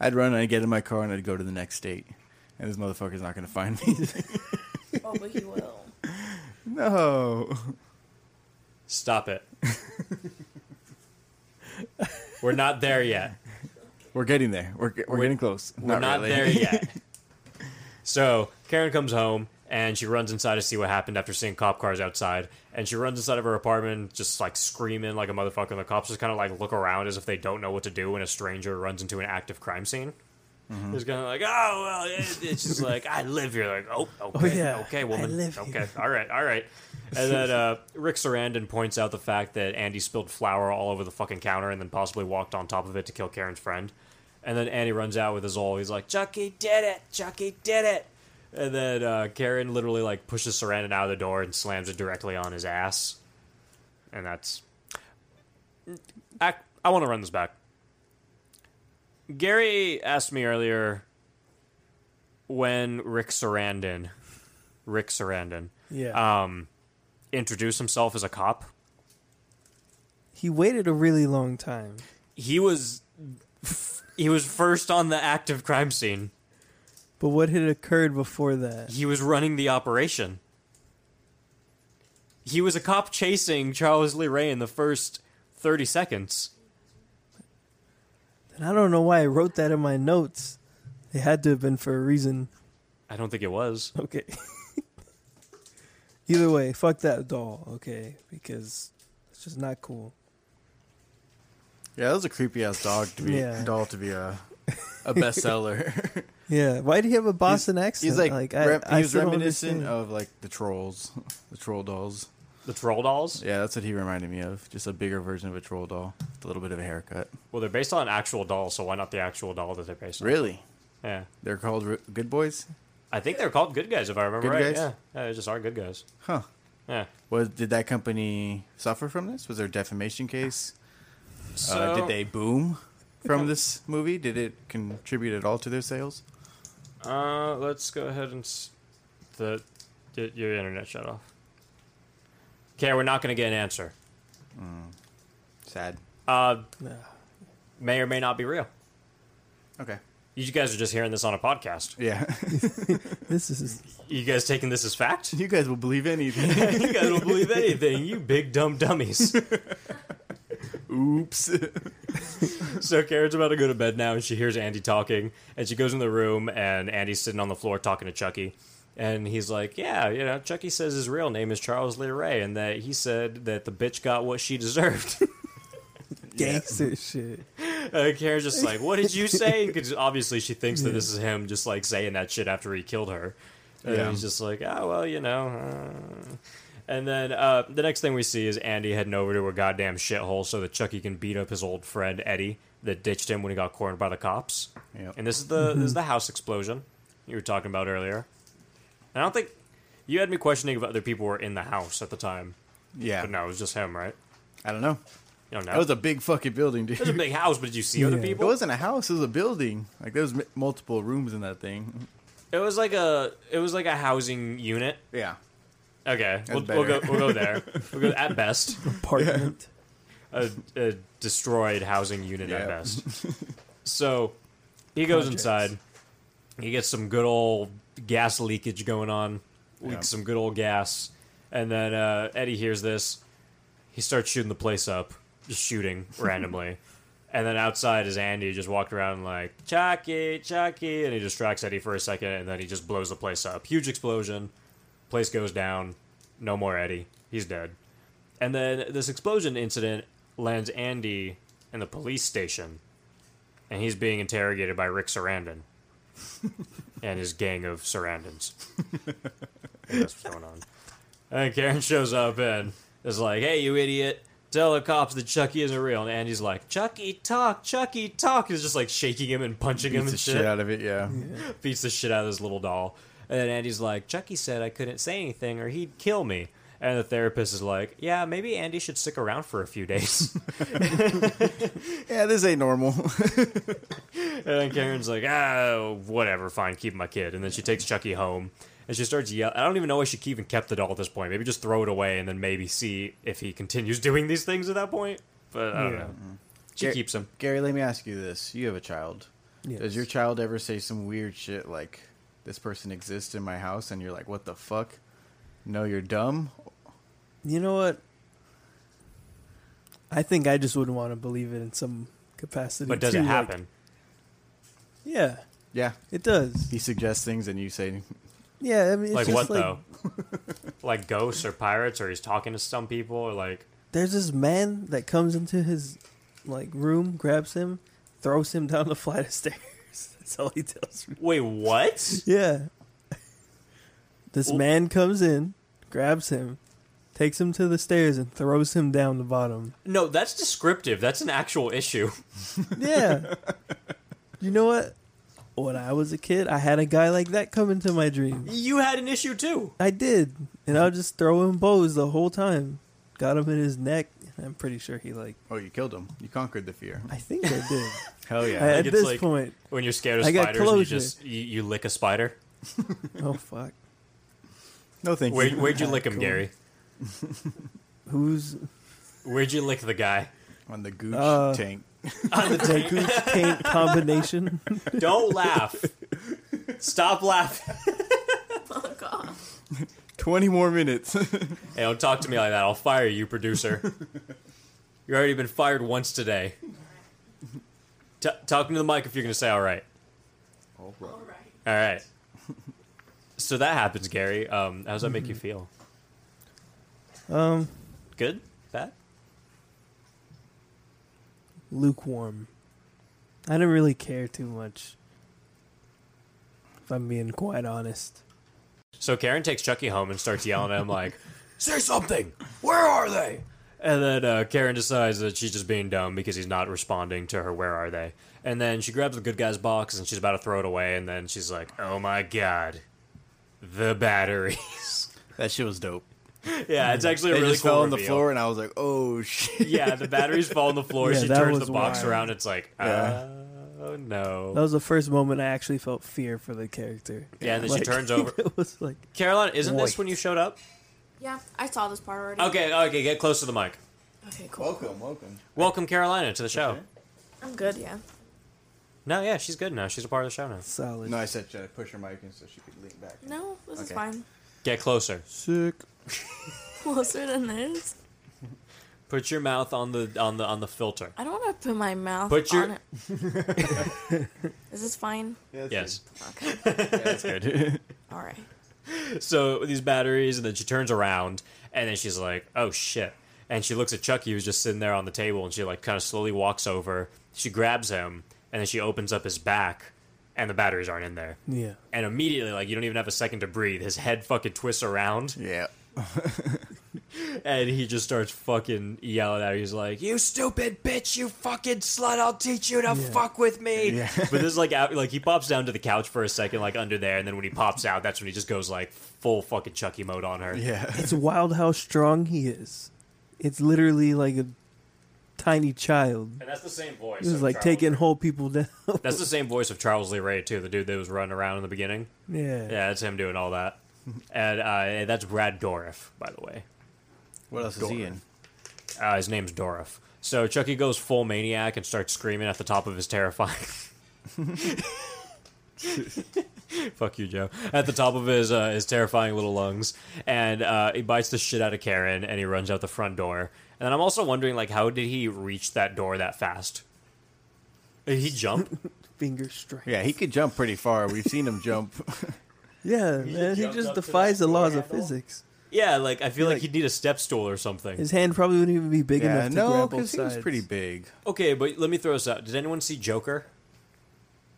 I'd run and I'd get in my car and I'd go to the next state. And this motherfucker's not going to find me. *laughs* Oh, but he will. no. Stop it. We're not there yet. We're getting there. We're, ge- we're, getting close. We're not, really. there yet. So Karen comes home and she runs inside to see what happened after seeing cop cars outside. And she runs inside of her apartment, just like screaming like a motherfucker. And the cops just kind of like look around as if they don't know what to do when a stranger runs into an active crime scene. Mm-hmm. It's kind of like, oh well, it- it's *laughs* just like I live here. Like, oh, okay, yeah. okay, I woman, live okay, here. all right, all right. And then uh, Rick Sarandon points out the fact that Andy spilled flour all over the fucking counter and then possibly walked on top of it to kill Karen's friend. And then Andy runs out with his all. He's like, Chucky did it, Chucky did it. And then uh, Karen literally like pushes Sarandon out of the door and slams it directly on his ass. And that's. I, I want to run this back. Gary asked me earlier when Rick Sarandon, Rick Sarandon, Yeah. um, introduced himself as a cop. he waited a really long time. He was he was first on the active crime scene. But what had occurred before that? He was running the operation. He was a cop chasing Charles Lee Ray in the first thirty seconds. And I don't know why I wrote that in my notes. It had to have been for a reason. I don't think it was. Okay. *laughs* Either way, fuck that doll, okay? Because it's just not cool. *laughs* Yeah, that was a creepy ass dog to be Yeah. doll to be *laughs* a a bestseller. Yeah, why do you have a Boston accent? *laughs* He's like, rem- he was still don't reminiscent understand. of like the trolls, *laughs* the troll dolls. The troll dolls? Yeah, that's what he reminded me of. Just a bigger version of a troll doll, with a little bit of a haircut. Well, they're based on an actual doll, so why not the actual doll that they're based on? Really? Yeah. They're called r- good boys? I think they're called Good Guys, if I remember Good right. Guys? Yeah. yeah, they just are Good Guys. Huh. Yeah. Was did that company suffer from this? Was there a defamation case? uh, So- did they boom from this movie? Did it contribute at all to their sales? Uh, let's go ahead and s- the y- your internet shut off. Okay, we're not going to get an answer. Sad. Uh, Nah. may or may not be real. Okay. You guys are just hearing this on a podcast. Yeah. *laughs* This is You guys taking this as fact? you guys will believe *laughs* anything. you guys don't believe anything. You big dumb dummies. Oops. *laughs* so Karen's about to go to bed now, and she hears Andy talking, and she goes in the room, and Andy's sitting on the floor talking to Chucky, and he's like, "Yeah, you know, Chucky says his real name is Charles Lee Ray, and that he said that the bitch got what she deserved." *laughs* gangster shit. Uh, Karen's just like, "What did you say?" *laughs* Because obviously she thinks that this is him, just like saying that shit after he killed her. And Yeah. he's just like, "Oh well, you know." uh." And then uh, the next thing we see is Andy heading over to a goddamn shithole so that Chucky can beat up his old friend Eddie that ditched him when he got cornered by the cops. Yep. And this is the this is the house explosion you were talking about earlier. And I don't think you had me questioning if other people were in the house at the time, yeah. but no, it was just him, right? I don't know. You don't know. That was a big fucking building, dude. it *laughs* was a big house, but did you see other It people? wasn't a house. It was a building. Like there was m- multiple rooms in that thing. It was like a it was like a housing unit. Yeah. Okay, we'll, we'll go better. we'll go there. We'll go at best Apartment. a, a destroyed housing unit Yeah. at best. So he goes Projects. inside. He gets some good old gas leakage going on. Leaks Yeah. some good old gas, and then uh, Eddie hears this. He starts shooting the place up, just shooting randomly. And then outside is Andy, just walked around like Chucky, Chucky, and he distracts Eddie for a second, and then he just blows the place up. Huge explosion, place goes down. No more Eddie. He's dead. And then this explosion incident lands Andy in the police station, and he's being interrogated by Rick Sarandon and his gang of Sarandons. And That's what's going on. And Karen shows up and is like, "Hey, you idiot! Tell the cops that Chucky isn't real." And Andy's like, "Chucky, talk! Chucky, talk!" Is just like shaking him and punching him Beats and the shit out of it. Yeah. beats the shit out of this little doll. And then Andy's like, Chucky said I couldn't say anything or he'd kill me. And the therapist is like, yeah, maybe Andy should stick around for a few days. *laughs* Yeah. This ain't normal. *laughs* and then Karen's like, ah, whatever, fine, keep my kid. And then she takes Chucky home and she starts yelling. I don't even know why she even kept the doll at this point. Maybe just throw it away and then maybe see if he continues *laughs* doing these things at that point. But I don't Yeah. know. She Yeah. keeps him. Gary, let me ask you this: You have a child. Does Yes. your child ever say some weird shit like, "This person exists in my house," and you're like, "What the fuck? No, you're dumb." You know what? I think I just wouldn't want to believe it in some capacity. But does too, it like- happen? yeah, Yeah. it does. He suggests things, and you say, Yeah, I mean, it's Like just what like, though? *laughs* like ghosts or pirates or he's talking to some people or like There's this man that comes into his like room, grabs him, throws him down the flight of stairs. *laughs* That's all he tells me. Wait, what? Yeah. This Well- man comes in, grabs him, takes him to the stairs, and throws him down the bottom. No, that's descriptive. That's an actual issue. *laughs* *laughs* Yeah. you know what? When I was a kid, I had a guy like that come into my dream. You had an issue too. I did, and I would just throw him bows the whole time. Got him in his neck. and I'm pretty sure he like. "Oh, you killed him. You conquered the fear." I think I *laughs* did. *laughs* Hell yeah. At it's this like- point, When you're scared of I got spiders, and you closure. just you, you lick a spider. oh fuck, No, thank Where, you. *laughs* where'd you lick him, Cool. Gary? *laughs* who's Where'd you lick the guy? On the gooch Uh, tank. the Deku *laughs* paint combination? Don't laugh. Stop laughing. Fuck off. Twenty more minutes. *laughs* Hey, don't talk to me like that. I'll fire you, producer. You've already been fired once today. T- talking to the mic if you're going to say all right. All right. All right. so that happens, Gary. Um, how does that make you feel? Mm-hmm. Um, Good? Bad? lukewarm. I didn't really care too much. If I'm being quite honest. So Karen takes Chucky home and starts yelling at him like, *laughs* "Say something! Where are they?" And then uh, Karen decides that she's just being dumb because he's not responding to her. Where are they? And then she grabs the good guy's box and she's about to throw it away. And then she's like, "Oh my god, the batteries!" *laughs* That shit was dope. yeah, it's actually a They really just cool fell on the reveal. floor, and I was like, "Oh *laughs* shit!" *laughs* Yeah, the batteries fall on the floor. Yeah, she that turns the was box wild. around. It's like, Yeah. oh no. That was the first moment I actually felt fear for the character. yeah, and then Like, she *laughs* turns over. it was like, Caroline, isn't this Wait. when you showed up? Yeah, I saw this part already. Okay, okay, get close to the mic. Okay, cool. Welcome, welcome. Welcome, Carolina, to the show. I'm good, yeah. No, yeah, she's good now. She's a part of the show now. solid. No, I said should I push her mic in so she could lean back? No, this is Okay. fine. *laughs* Get closer. Sick. Closer than this. Put your mouth on the on the on the filter. I don't want to put my mouth Put your- on it. *laughs* is this fine? Yeah, that's Yes. Okay. *laughs* That's good. *laughs* All right. so these batteries, and then she turns around, and then she's like, "Oh shit!" And she looks at Chucky, who's just sitting there on the table, and she like kind of slowly walks over. She grabs him, and then she opens up his back, and the batteries aren't in there. Yeah. And immediately, like you don't even have a second to breathe, his head fucking twists around, good. Yeah. *laughs* and he just starts fucking yelling at her. He's like, "You stupid bitch! You fucking slut! I'll teach you to fuck with me!" *laughs* but this is like out, like he pops down to the couch for a second, like under there, and then when he pops out, that's when he just goes like full fucking Chucky mode on her. Yeah. It's wild how strong he is. It's literally like a tiny child. and that's the same voice. He was of like Charles taking Lee- whole people down. *laughs* That's the same voice of Charles Lee Ray too, the dude that was running around in the beginning. yeah. Yeah, that's him doing all *laughs* that, and uh, that's Brad Dorif, by the way. *laughs* What else is he in? Uh, his name's Dorif. So Chucky goes full maniac and starts screaming at the top of his terrifying. *laughs* Fuck you, Joe. At the top of his uh, his terrifying little lungs, and uh, he bites the shit out of Karen, and he runs out the front door. And then I'm also wondering, like, how did he reach that door that fast? Did he *laughs* jump? Finger strength. Yeah, he could jump pretty far. We've seen him *laughs* jump. Yeah, He man. He jumped just up to defies that the laws door of handle. physics. yeah, like I feel like, like- he'd need a step stool or something. His hand probably wouldn't even be big yeah, enough to no, grab both because he was sides. pretty big. Okay, but let me throw this out. Did anyone see Joker?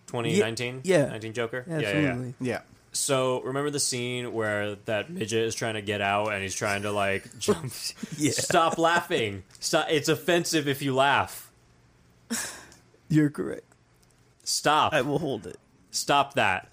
2019? yeah. 19 Joker? Yeah, Absolutely. Yeah, yeah. Yeah. So remember the scene where that midget is trying to get out and he's trying to like jump. *laughs* Stop laughing. Stop. It's offensive if you laugh. You're correct. Stop. I will hold it. Stop that.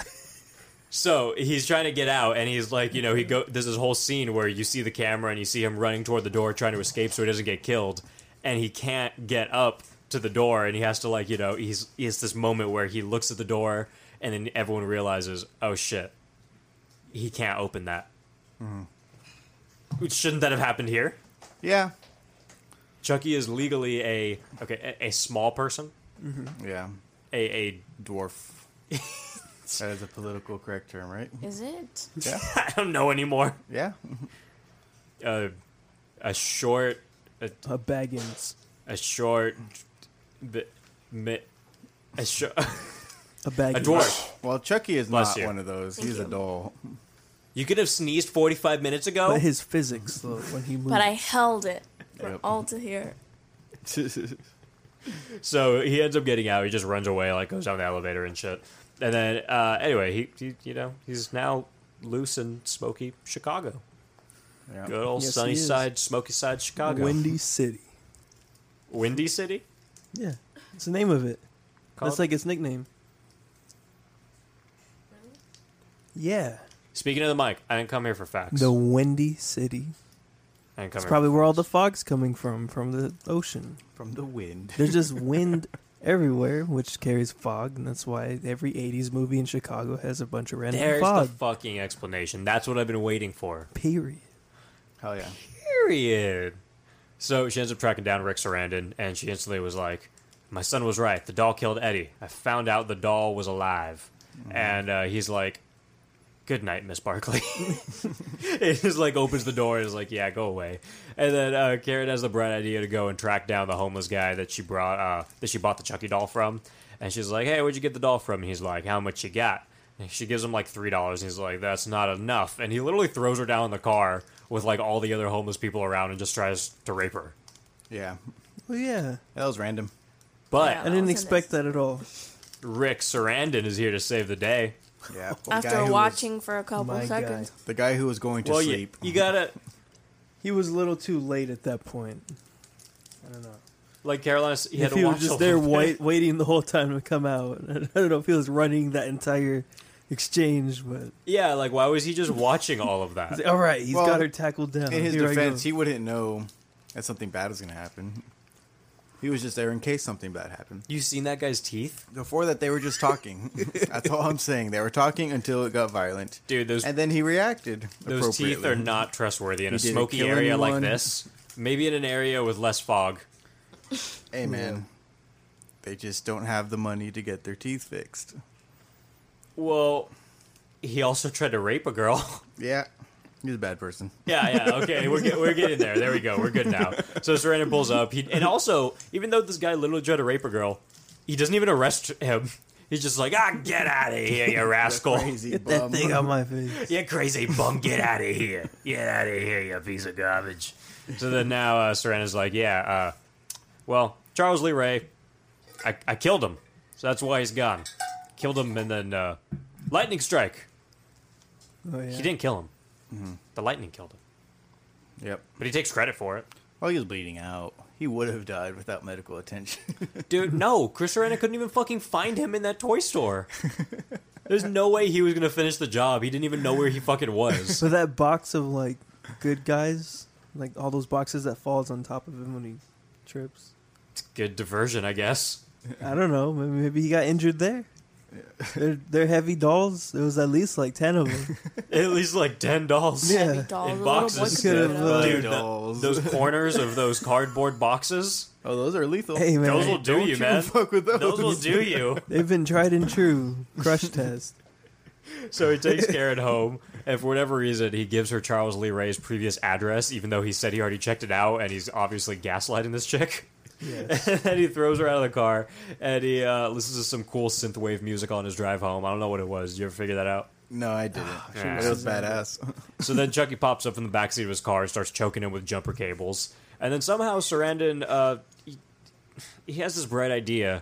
So he's trying to get out and he's like, you know, he go. There's this whole scene where you see the camera and you see him running toward the door trying to escape so he doesn't get killed, and he can't get up to the door and he has to like, you know, he's he has this moment where he looks at the door and then everyone realizes, oh shit, he can't open that. Shouldn't that have happened here? Yeah. Chucky is legally a okay a, a small person, Yeah. a, *laughs* a Dwarf. *laughs* that is a political correct term, right? Is it? Yeah. *laughs* I don't know anymore Yeah. a a short a, A Baggins. a short bi- mi- a, shor- *laughs* A Baggins. a dwarf. Well, Chucky is Bless not you. one of those. Thank He's a you. doll. You could have sneezed forty five minutes ago. But his physics, though, when he moved. But I held it for Yep. all to hear. So he ends up getting out. He just runs away, like goes down the elevator and shit. And then uh, anyway, he, he you know he's now loose in smoky Chicago. Yeah. Good old Yes, he sunny is. side, smoky side Chicago. Windy City. Windy City. Yeah. It's the name of it. Called? That's like its nickname. Yeah. Speaking of the mic, I didn't come here for facts. The Windy City. I didn't come It's here. probably where all the fog's coming from, from the ocean. From the wind. *laughs* There's just wind everywhere, which carries fog, and that's why every 80s movie in Chicago has a bunch of random There's fog. the fucking explanation. That's what I've been waiting for. period. *laughs* Hell yeah. Period. So she ends up tracking down Rick Sarandon, and she instantly was like, "My son was right. The doll killed Eddie. I found out the doll was alive." And uh, he's like, good night, Miss Barkley. it just like opens the door and is like, yeah, go away. And then uh, Karen has the bright idea to go and track down the homeless guy that she brought, uh, that she bought the Chucky doll from. And she's like, hey, where'd you get the doll from? And he's like, how much you got? And she gives him like three dollars, and he's like, that's not enough. And he literally throws her down in the car with like all the other homeless people around and just tries to rape her. Yeah, Well, Oh, yeah. that was random. But Yeah. I didn't Allison expect is- that at all. Rick Sarandon is here to save the day. Yeah, the guy after who was- watching for a couple My seconds. the guy who was going to well, you, sleep. you gotta He was a little too late at that point. I don't know. like Carolina. s- He had if to he was watch just the there whole thing. wait, waiting the whole time to come out, *laughs* I don't know if he was running that entire exchange, but *laughs* Yeah, like why was he just watching all of He's that? *laughs* like, all right, he's Well, got her tackled down. in his Here I go." defense, he wouldn't know that something bad was going to happen. He was just there in case something bad happened. You seen that guy's teeth, Before that, they were *laughs* just talking. That's all I'm saying. They were talking until it got violent, dude? Those and then he reacted. those teeth appropriately. are not trustworthy in a didn't smoky kill area like anyone. this. Maybe in an area with less fog. Hey man, they just don't have the money to get their teeth fixed. Well, he also tried to rape a girl. Yeah, he's a bad person. *laughs* Yeah, yeah, okay, we're, get, we're getting there. There we go. We're good now. So Sarandon pulls up. He, and also, even though this guy literally tried to rape a girl, he doesn't even arrest him. He's just like, ah, get out of *laughs* here, you rascal. Crazy Get bum. *laughs* that thing on *laughs* my face. You crazy bum, get out of here. Get out of here, you piece of garbage. So then now uh, Sarandon's like, yeah, uh, well, Charles Lee Ray, I, I killed him. So that's why he's gone. Killed him and then uh, lightning strike. Oh, yeah. He didn't kill him. The lightning killed him. Yep. But he takes credit for it. Oh, he was bleeding out. He would have died without medical *laughs* attention. *laughs* Dude, no, Chris Arena couldn't even fucking find him in that toy store. There's no way he was gonna finish the job. He didn't even know where he fucking was. So that box of like good guys, like all those boxes that falls on top of him when he *laughs* trips. Good diversion, I guess. *laughs* I don't know. Maybe, maybe he got injured there. They're, they're heavy dolls. There was at least like ten of *laughs* them. At least like ten *laughs* dolls. Yeah. Heavy dolls, In the little boxes. boys Could could get have, uh, up. Dude, the- Dolls. those corners of those cardboard boxes, oh, those are lethal. hey man, those will do Don't you, man. Fuck with those. *laughs* Those will do you. they've been tried and true. Crush test. So he takes Karen home, and for whatever reason, he gives her Charles Lee Ray's previous address, even though he said he already checked it out, and he's obviously gaslighting this chick. *laughs* and then he throws her out of the car, and he uh, listens to some cool synthwave music on his drive home. I don't know what it was. Did you ever figure that out? No, I didn't. Yeah. But It was badass. *laughs* So then Chucky pops up in the backseat of his car and starts choking him with jumper cables. And then somehow Sarandon, uh, he, he has this bright idea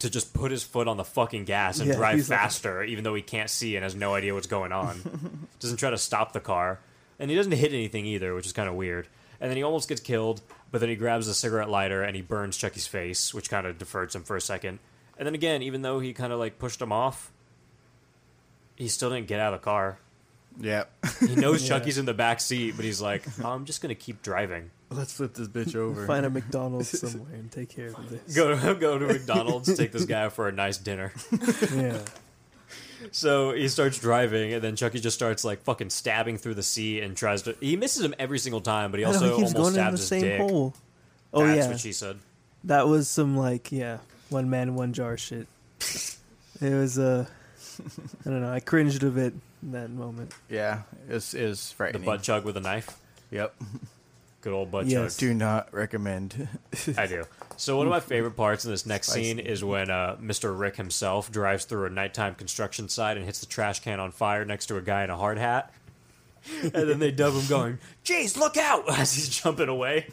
to just put his foot on the fucking gas and Yeah, drive he's like- faster, even though he can't see and has no idea what's going *laughs* on. doesn't try to stop the car. And he doesn't hit anything either, which is kind of weird. And then he almost gets killed, but then he grabs a cigarette lighter and he burns Chucky's face, which kind of defers him for a second. And then again, even though he kind of like pushed him off, he still didn't get out of the car. yeah. He *laughs* knows Chucky's in the back seat, but he's like, I'm just gonna keep *laughs* driving. Let's flip this bitch *laughs* over. Find a McDonald's somewhere and take care of this. Go go to McDonald's, take this guy out for a nice *laughs* dinner. Yeah. So he starts driving, and then Chucky just starts like fucking stabbing through the seat and tries to. He misses him every single time, but he I know, also he almost keeps going in stabs the his same dick. hole. Oh That's yeah, what she said. that was some like yeah, one man one jar shit. it was uh, I don't know. I cringed a bit in that moment. Yeah, it's it's The frightening. butt chug with a knife. Yep. Good old butt Yes. chug. Do not recommend. *laughs* *laughs* I do. So one of my favorite parts in this next Spicy. scene is when uh, Mr. Rick himself drives through a nighttime construction site and hits the trash can on fire next to a guy in a hard hat. and then they dub him going, "Jeez, look out!" *laughs* as he's jumping away.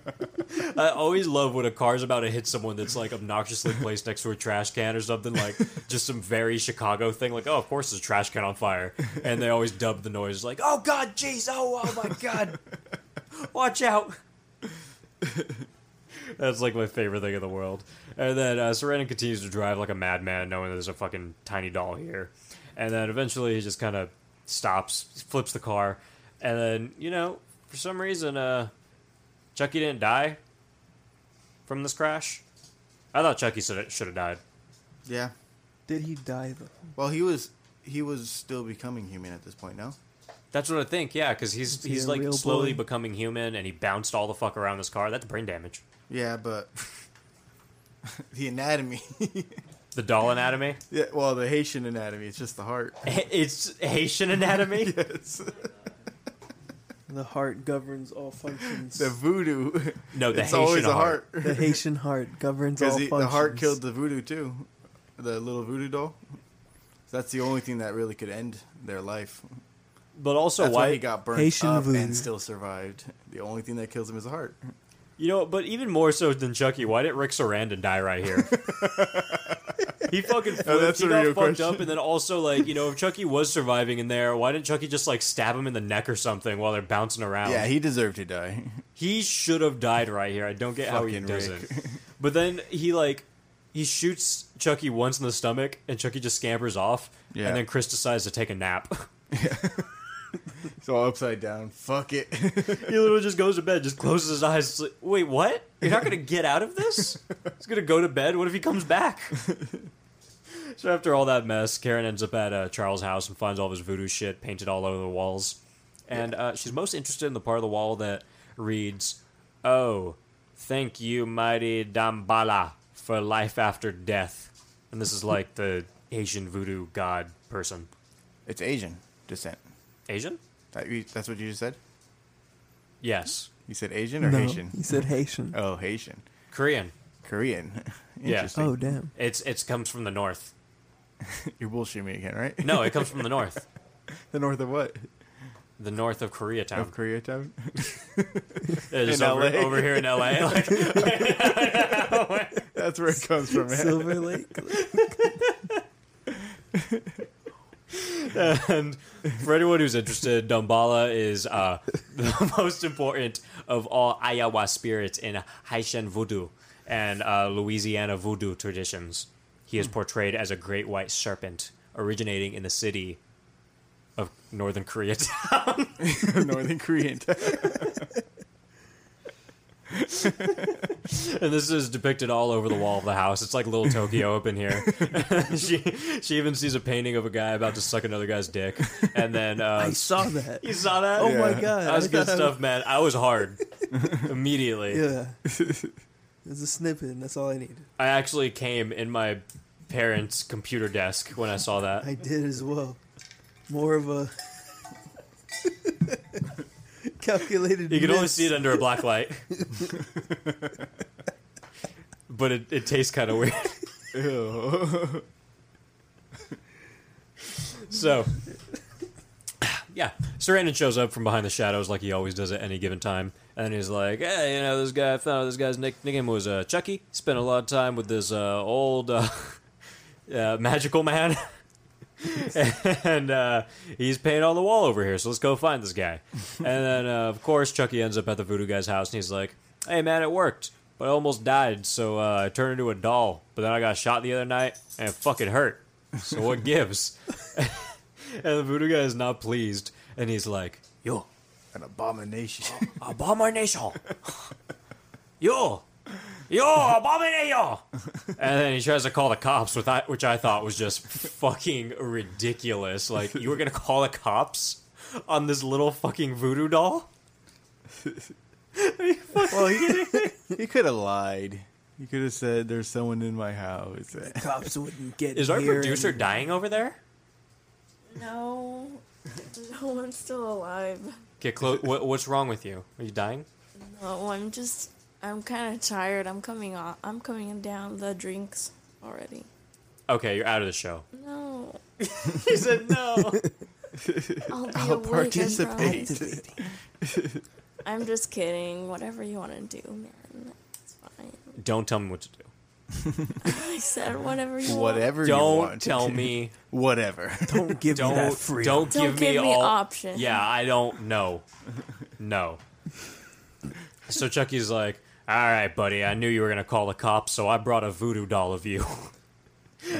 *laughs* I always love when a car's about to hit someone that's like obnoxiously placed next to a trash can or something like just some very Chicago thing. Like, oh, of course, there's a trash can on fire, and they always dub the noise like, "Oh God, jeez, oh, oh my God, watch out!" That's like my favorite thing in the world. And then uh, Sarandon continues to drive like a madman, knowing there's a fucking tiny doll here. And then eventually he just kind of stops, flips the car, and then you know for some reason, uh, Chucky didn't die from this crash. I thought Chucky should should have died. yeah. Did he die though? Well, he was he was still becoming human at this point. No. That's what I think. Yeah, because he's he he's a like real slowly boy? becoming human, and he bounced all the fuck around *laughs* this car. That's brain damage. Yeah, but the anatomy. *laughs* The doll anatomy. Yeah, well, the Haitian anatomy. It's just the heart. *laughs* It's Haitian anatomy. yes. The heart governs all functions. The *laughs* the, voodoo. No, the it's Haitian always a heart. heart. Haitian heart governs all Because functions. the heart killed the voodoo too, the little voodoo doll. So that's the only thing that really could end their life. But also, That's why why he got burnt Haitian up voodoo. and still survived. The only thing that kills him is a heart. You know, but even more so than Chucky, why didn't Rick Sarandon die right *laughs* here? he fucking flipped. Oh, that's he a got real fucked question. up, and then also like you know, if Chucky was surviving in there, why didn't Chucky just like stab him in the neck or something while they're bouncing around? Yeah, he deserved to die. *laughs* He should have died right here. I don't get how he Fucking doesn't. Rick. *laughs* But then he like he shoots Chucky once in the stomach, and Chucky just scampers off. Yeah. And then Chris decides to take a nap. It's all upside down. Fuck it. *laughs* he literally just goes to bed, just closes his eyes. It's like, Wait, what? You're not gonna get out of *laughs* this? He's gonna go to bed. What if he comes back? *laughs* so after all that mess, Karen ends up at uh, Charles' house and finds all of his voodoo shit painted all over the walls. And uh, she's most interested in the part of the wall that reads, "Oh, thank you, mighty Dambala, for life after death." And this *laughs* is like the Asian voodoo god person. it's Asian descent. Asian? That, you- that's what you just said. Yes. You said Asian or no, He Haitian? said Haitian. Oh, Haitian. Korean. Korean. *laughs* Yeah. Interesting. Oh damn. It's it's comes from the north. You're bullshitting me again, right? No, it comes from the north, *laughs* the north of what? the north of Koreatown. Of Koreatown? *laughs* it is in over, LA. over here in LA. Like, That's where it comes from, man. Silver Lake. and for anyone who's interested, Dambala is uh, *laughs* the most important of all Ayawa spirits in Haitian voodoo and uh, Louisiana voodoo traditions. He is portrayed as a great white serpent originating in the city of northern *laughs* Koreatown. *laughs* Northern Korean. And this is depicted all over the wall of the house. It's like little Tokyo up in here. *laughs* she she even sees a painting of a guy about to suck another guy's dick, and then uh, I saw that. you saw that. Oh Yeah. my god. That was I good thought- stuff, man. I was *laughs* hard immediately. Yeah. It was a snippet, and that's all I needed. I actually came in my parents' computer desk when I saw that. I did as well. More of a *laughs* calculated. You can only miss. see it under a black light, *laughs* but it, it tastes kind of weird. Ew. *laughs* So, yeah, Sarandon shows up from behind the shadows like he always does at any given time, and he's like, "Hey, you know, this guy I found out this guy's nick- nickname was uh, Chucky. Spent a lot of time with this uh, old uh, *laughs* uh, magical man, *laughs* and uh, he's painting on the wall over here. So let's go find this guy." And then, uh, of course, Chucky ends up at the voodoo guy's house, and he's like, "Hey, man, it worked." But I almost died, so uh, I turned into a doll. But then I got shot the other night, and it fucking hurt. So what gives? *laughs* And the voodoo guy is not pleased, and he's like, "Yo, An abomination. abomination! *laughs* Yo, yo, abomination!" And then he tries to call the cops, with I, which I thought was just fucking ridiculous. Like, you were gonna call the cops on this little fucking voodoo doll? well, he, he could have lied. He could have said, "There's someone in my house." *laughs* Cops wouldn't get. Is our here producer and- dying over there? No, no one's still alive. Get close. what, what's wrong with you? Are you dying? No, I'm just. I'm kind of tired. I'm coming off. I'm coming down the drinks already. Okay, you're out of the show. No, He said no. I'll be I'll awake. I participate. promise. I'm just kidding. Whatever you want to do, man. It's fine. *laughs* Don't tell me what to do. I said whatever you want. Whatever. you Don't want. tell me. *laughs* Whatever. Don't give me that don't free. don't Don't give me give me all options. Yeah, I don't know. No. So Chucky's like, "All right, buddy, I knew you were gonna call the cops, so I brought a voodoo doll of you." *laughs*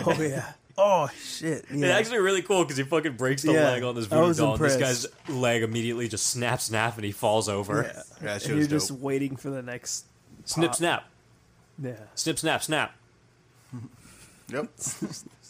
Oh yeah. *laughs* Oh shit. Yeah. It's actually really cool because he fucking breaks the Yeah, leg on this I voodoo was doll, and this impressed. guy's leg immediately just snaps, snap, and he falls over. Yeah. Yeah, that shit and you're was just dope. waiting for the next. Snip, Pop. snap, Yeah. snip, snap, snap. Yep.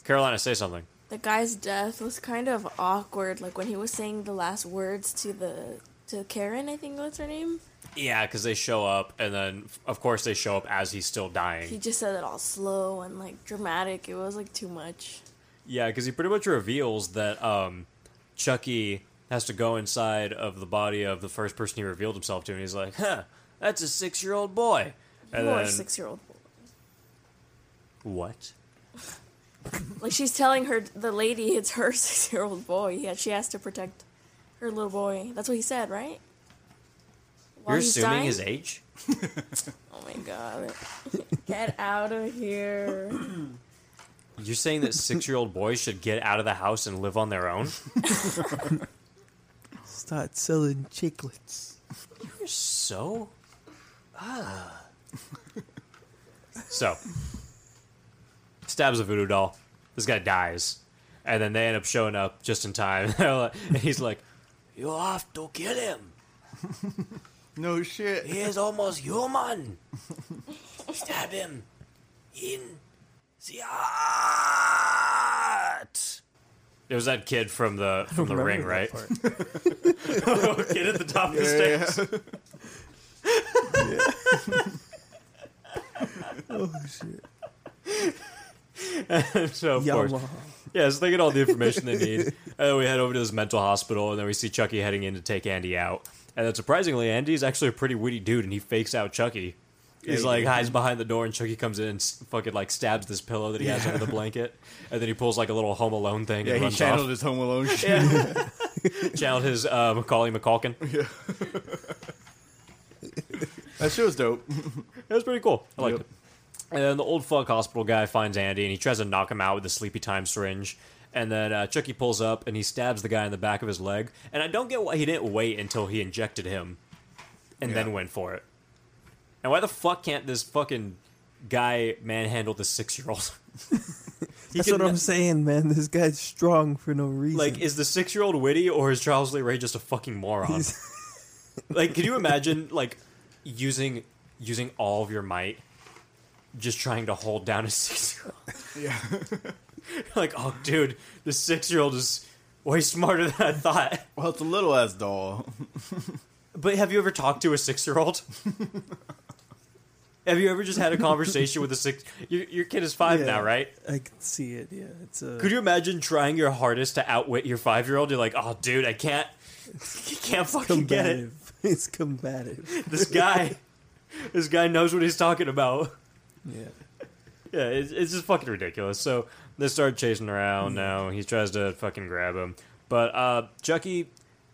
Carolina, say something. The guy's death was kind of awkward. Like when he was saying the last words to the to Karen, I think what's her name. Yeah, because they show up, and then f- of course they show up as he's still He dying. just said it all slow and like dramatic. It was like too much. Yeah, because he pretty much reveals that um, Chucky has to go inside of the body of the first person he revealed himself to, and he's like, "Huh, that's a six-year-old boy." And you are then a six year old. what? Like she's telling her the lady it's her *laughs* six year old boy. Yeah, she has to protect her little boy. That's what he said, right? While You're he's assuming dying? his age? Oh my god. *laughs* Get out *laughs* of here. You're saying that six-year-old boys should get out of the house and live on their *laughs* own? Start selling chiclets. You're so. Ah. so. Stabs a voodoo doll. This guy dies. And then they end up showing up just in time. *laughs* They're like- and he's like, You have to kill him. No shit. He is almost human. Stab him in the heart. It was that kid from the from the ring, right? *laughs* kid at the top of the Yeah. stairs. Oh shit. *laughs* So of course, Yalla. Yeah, so they get all the information they need. *laughs* and then we head over to this mental hospital, and then we see Chucky heading in to take Andy out. And then surprisingly, Andy's actually a pretty witty dude, and he fakes out Chucky. He's he like did. hides behind the door, and Chucky comes in and s- fucking like stabs this pillow that he has under the blanket, and then he pulls like a little Home Alone thing. Yeah, and he runs channeled off. his Home Alone shit. *laughs* channeled his uh, Macaulay McCalkin. That shit was dope. It was pretty cool. I liked Yep. it. And then the old fuck hospital guy finds Andy and he tries to knock him out with a sleepy time syringe. And then uh, Chucky pulls up and he stabs the guy in the back of his leg. And I don't get why he didn't wait until he injected him and Yeah. then went for it. And why the fuck can't this fucking guy manhandle the six year *laughs* old? That's what I'm saying, man. This guy's strong for no reason. Like, is the six year old witty or is Charles Lee Ray just a fucking moron? He's- *laughs* like can you imagine like using using all of your might just trying to hold down a *laughs* six year old yeah *laughs* like oh dude the six year old is way smarter than i thought Well, it's a little ass doll. but have you ever talked to a six year *laughs* old have you ever just had a conversation with a six your, your kid is five Yeah. now right I can see it. Yeah, it's uh, a. could you imagine trying your hardest to outwit your five year old you're like oh dude i can't you can't fucking get it combative. *laughs* It's combative. this guy this guy knows what he's talking about Yeah. Yeah, it's, it's just fucking ridiculous. So they start chasing Mm. around now. He tries to fucking grab him. But uh, Chucky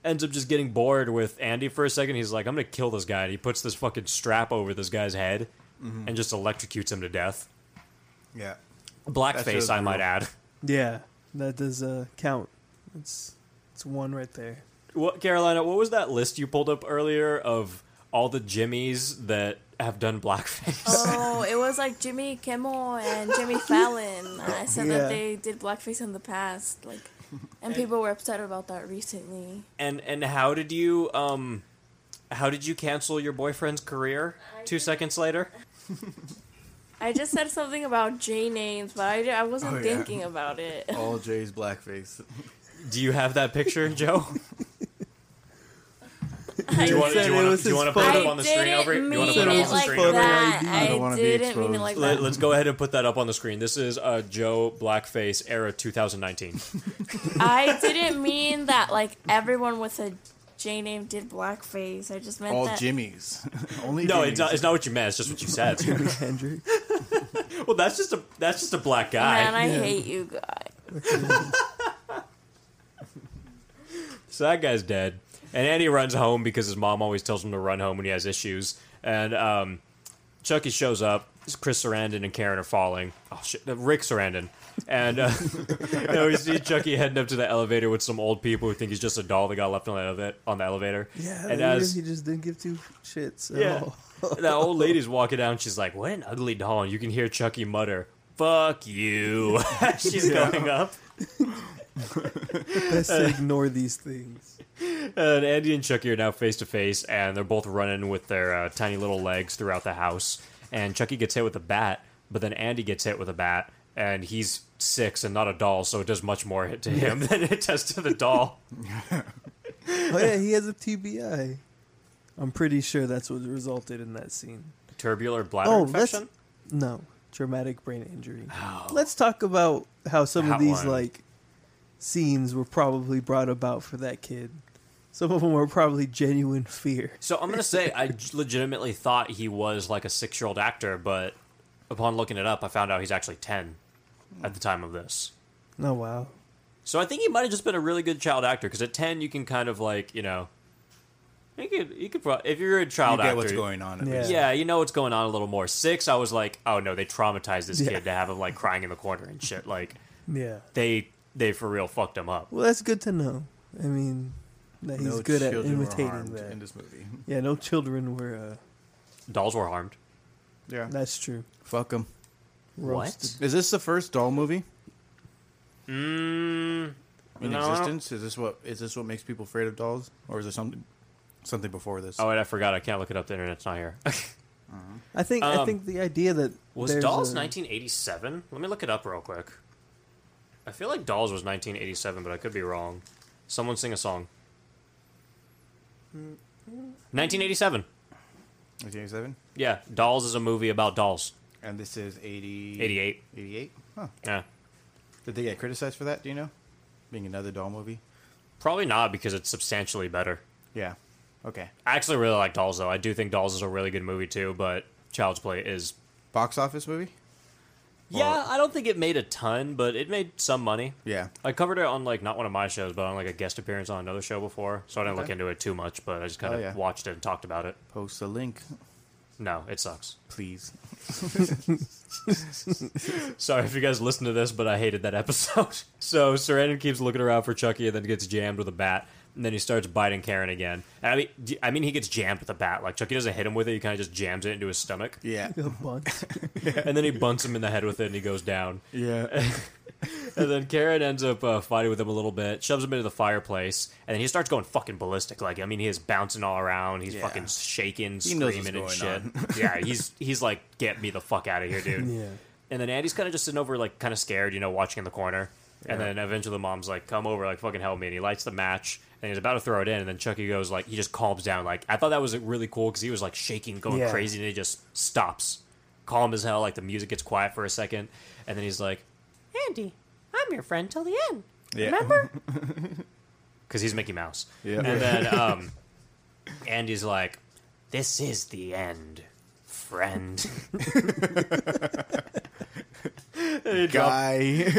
ends up just getting bored with Andy for a second. He's like, I'm going to kill this guy. And he puts this fucking strap over this guy's head Mm-hmm. and just electrocutes him to death. *laughs* Yeah. Blackface, show's I might brutal. add. Yeah. That does uh, count. It's it's one right *laughs* there. What, Carolina, what was that list you pulled up earlier of all the Jimmies that have done blackface? *laughs* Oh, it was like Jimmy Kimmel and Jimmy Fallon. I said Yeah. that they did blackface in the past, like, *laughs* and people were upset about that recently. And and how did you um how did you cancel your boyfriend's career two seconds later? I just said something about J names, but I, I wasn't Oh, yeah. thinking about Oh, it. All Jay's blackface. Do you have that picture, Joe? I Do you want, do said you it want, was do you his want to put it up photo. on the screen over here? didn't Do you want to mean put it up it on the like screen over here? that. I don't I wanna be didn't mean it exposed. like Let, that. us go ahead and put that up on the screen. This is uh, Joe Blackface era 2019. *laughs* I didn't mean that. Like everyone with a J name did blackface. I just meant All that. Jimmy's. *laughs* Only No, Jimmy's. it's not, it's not what you meant. It's just what you said. Jimi Hendrix. well, that's just a that's just a black Man, guy. I Yeah. hate you guys. So that guy's dead. And Andy runs home because his mom always tells him to run home when he has issues. And um, Chucky shows up. Chris Sarandon and Karen are falling. Oh shit, no, Rick Sarandon. And uh, *laughs* you know, we see Chucky heading up to the elevator with some old people who think he's just a doll that got left on the, eleva- on the elevator. Yeah. and And as he just didn't give two shits at yeah, all. *laughs* that old lady's walking down, she's like, "What an ugly doll!" And you can hear Chucky mutter, "Fuck you." *laughs* as she's going up. *laughs* Best to ignore these things. And Andy and Chucky are now face to face, and they're both running with their uh, tiny little legs throughout the house. And Chucky gets hit with a bat, but then Andy gets hit with a bat, and he's *laughs* six and not a doll, so it does much more hit to him than it does to the doll. Oh yeah, he has a TBI. I'm pretty sure that's what resulted in that scene. Tubular bladder Oh, let's- infection. Oh. No, traumatic brain injury. Let's talk about how some That of these one. like scenes were probably brought about for that kid. Some of them were probably genuine fear. So I'm gonna say I j- legitimately thought he was like a six year old actor, but upon looking it up, I found out he's actually ten at the time of this. Oh wow. So I think he might have just been a really good child actor because at ten you can kind of like you know, you could you could pro- if you're a child You get actor, what's going on. at Yeah. least. Yeah, you know what's going on a little more. Six, I was like, oh no, they traumatized this Yeah. kid to have him like crying in the corner and shit. *laughs* Like Yeah. they they for real fucked him up. Well, that's good to know. I mean, that he's No good at children were imitating harmed that. in this movie. yeah, no children were. Uh, Dolls were harmed. Yeah, that's true. fuck them. What? Roasted. Is this the first doll movie Mm, in No. existence? Is this what is this what makes people afraid of dolls, or is there something something before this? oh, and I forgot. I can't look it up. The internet's not here. *laughs* I think. I Um, think the idea that Was there's Dolls a- 1987? Let me look it up real quick. I feel like Dolls was 1987, but I could be wrong. Someone sing a song. Mm-hmm. 1987. 1987, Yeah, Dolls is a movie about dolls. and this is 80, 88. 88? Huh. Yeah. Did they get criticized for that? Do you know? Being another doll movie. Probably not because it's substantially better. Yeah. Okay. I actually really like Dolls though. I do think Dolls is a really good movie too, but Child's Play is Box office movie. Yeah, I don't think it made a ton, but it made some money. Yeah. I covered it on like not one of my shows, but on like a guest appearance on another show before, so I didn't look Okay. into it too much, but I just kind Oh, of yeah. watched it and talked about it. Post a link, No, it sucks. please. Sorry if you guys listen to this, but I hated that episode. *laughs* so Sarandon keeps looking around for Chucky and then gets jammed with a bat. And then he starts biting Karen again. And I mean, d- I mean, he gets jammed with a bat. Like Chucky doesn't hit him with it; he kind of just jams it into his stomach, *laughs* Yeah. a bunch. and then he bunts him in the head with it, and he goes down. *laughs* yeah. And then Karen ends up uh, fighting with him a little bit, shoves him into the fireplace, and then he starts going fucking ballistic. Like, I mean, he is bouncing all around. He's Yeah. fucking shaking, He knows screaming and what's shit. *laughs* going yeah, he's he's like, get me the fuck out of here, dude. Yeah. And then Andy's kind of just sitting over, like, kind of scared, you know, watching in the corner. And then eventually the mom's like, come over, like, fucking help me. And he lights the match, and he's about to throw it in. And then Chucky goes, like, he just calms down. Like, I thought that was really cool because he was, like, shaking, going Yeah. crazy, and he just stops, calm as hell. Like, the music gets quiet for a second. And then he's like, Andy, I'm your friend till the end. Yeah. Remember? Because he's Mickey Mouse. Yeah. And then um, Andy's like, this is the end, friend. *laughs* *laughs* Guy.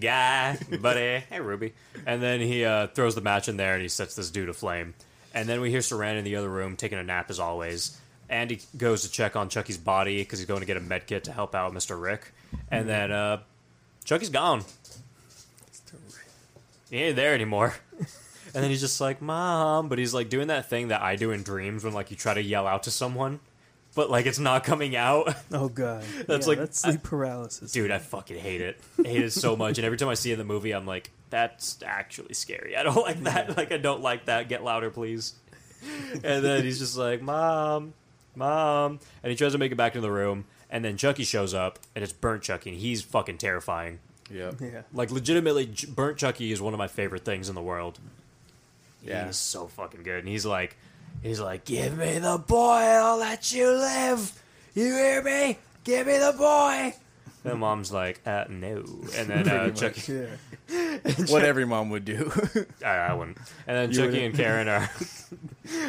Guy, buddy. Hey, Ruby. And then he uh, throws the match in there and he sets this dude aflame. And then we hear Saran in the other room taking a nap as always. Andy goes to check on Chucky's body because he's going to get a med kit to help out Mr. Rick. And then uh, Chucky's gone. he ain't there anymore. *laughs* And then he's just like, Mom. But he's like doing that thing that I do in dreams when like you try to yell out to someone, but like it's not coming out. *laughs* Oh god. That's Yeah, like- that's sleep paralysis. Dude, I fucking hate it. I hate it so much. And every time I see it in the movie, I'm like, that's actually scary. I don't *laughs* like that. Like, I don't like that. Get louder, please. And then he's just like, Mom, Mom. And he tries to make it back into the room. And then Chucky shows up, and it's Burnt Chucky, and he's fucking terrifying. Yep. Yeah. Like, legitimately, J- Burnt Chucky is one of my favorite things in the world. Yeah. He's so fucking good. And he's like, he's like, give me the boy and I'll let you live. You hear me? Give me the boy. And mom's like, uh, no. And *laughs* then uh, Chucky, Yeah. What every mom would do. *laughs* I, I wouldn't. And then Chucky and Karen are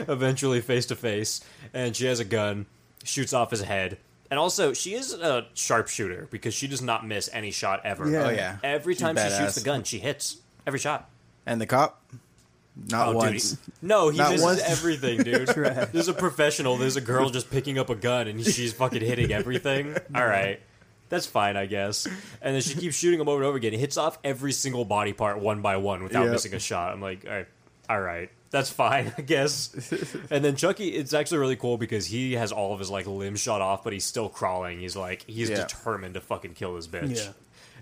eventually face to face. And she has a gun, shoots off his head. And also, she is a sharpshooter because she does not miss any shot ever. Yeah. oh yeah. Every She's time she shoots badass. the gun, she hits every shot. And the cop. Not Oh, dude, once. he- no, he Not misses once. *laughs* everything, dude. There's a professional. There's a girl just picking up a gun and she's fucking hitting everything. All right. That's fine, I guess. And then she keeps shooting him over and over again. It hits off every single body part one by one without Yep. missing a shot. I'm like, all right, all right, that's fine, I guess. and then Chucky, it's actually really cool because he has all of his like limbs shot off, but he's still crawling. He's like, he's Yeah. determined to fucking kill this bitch. Yeah.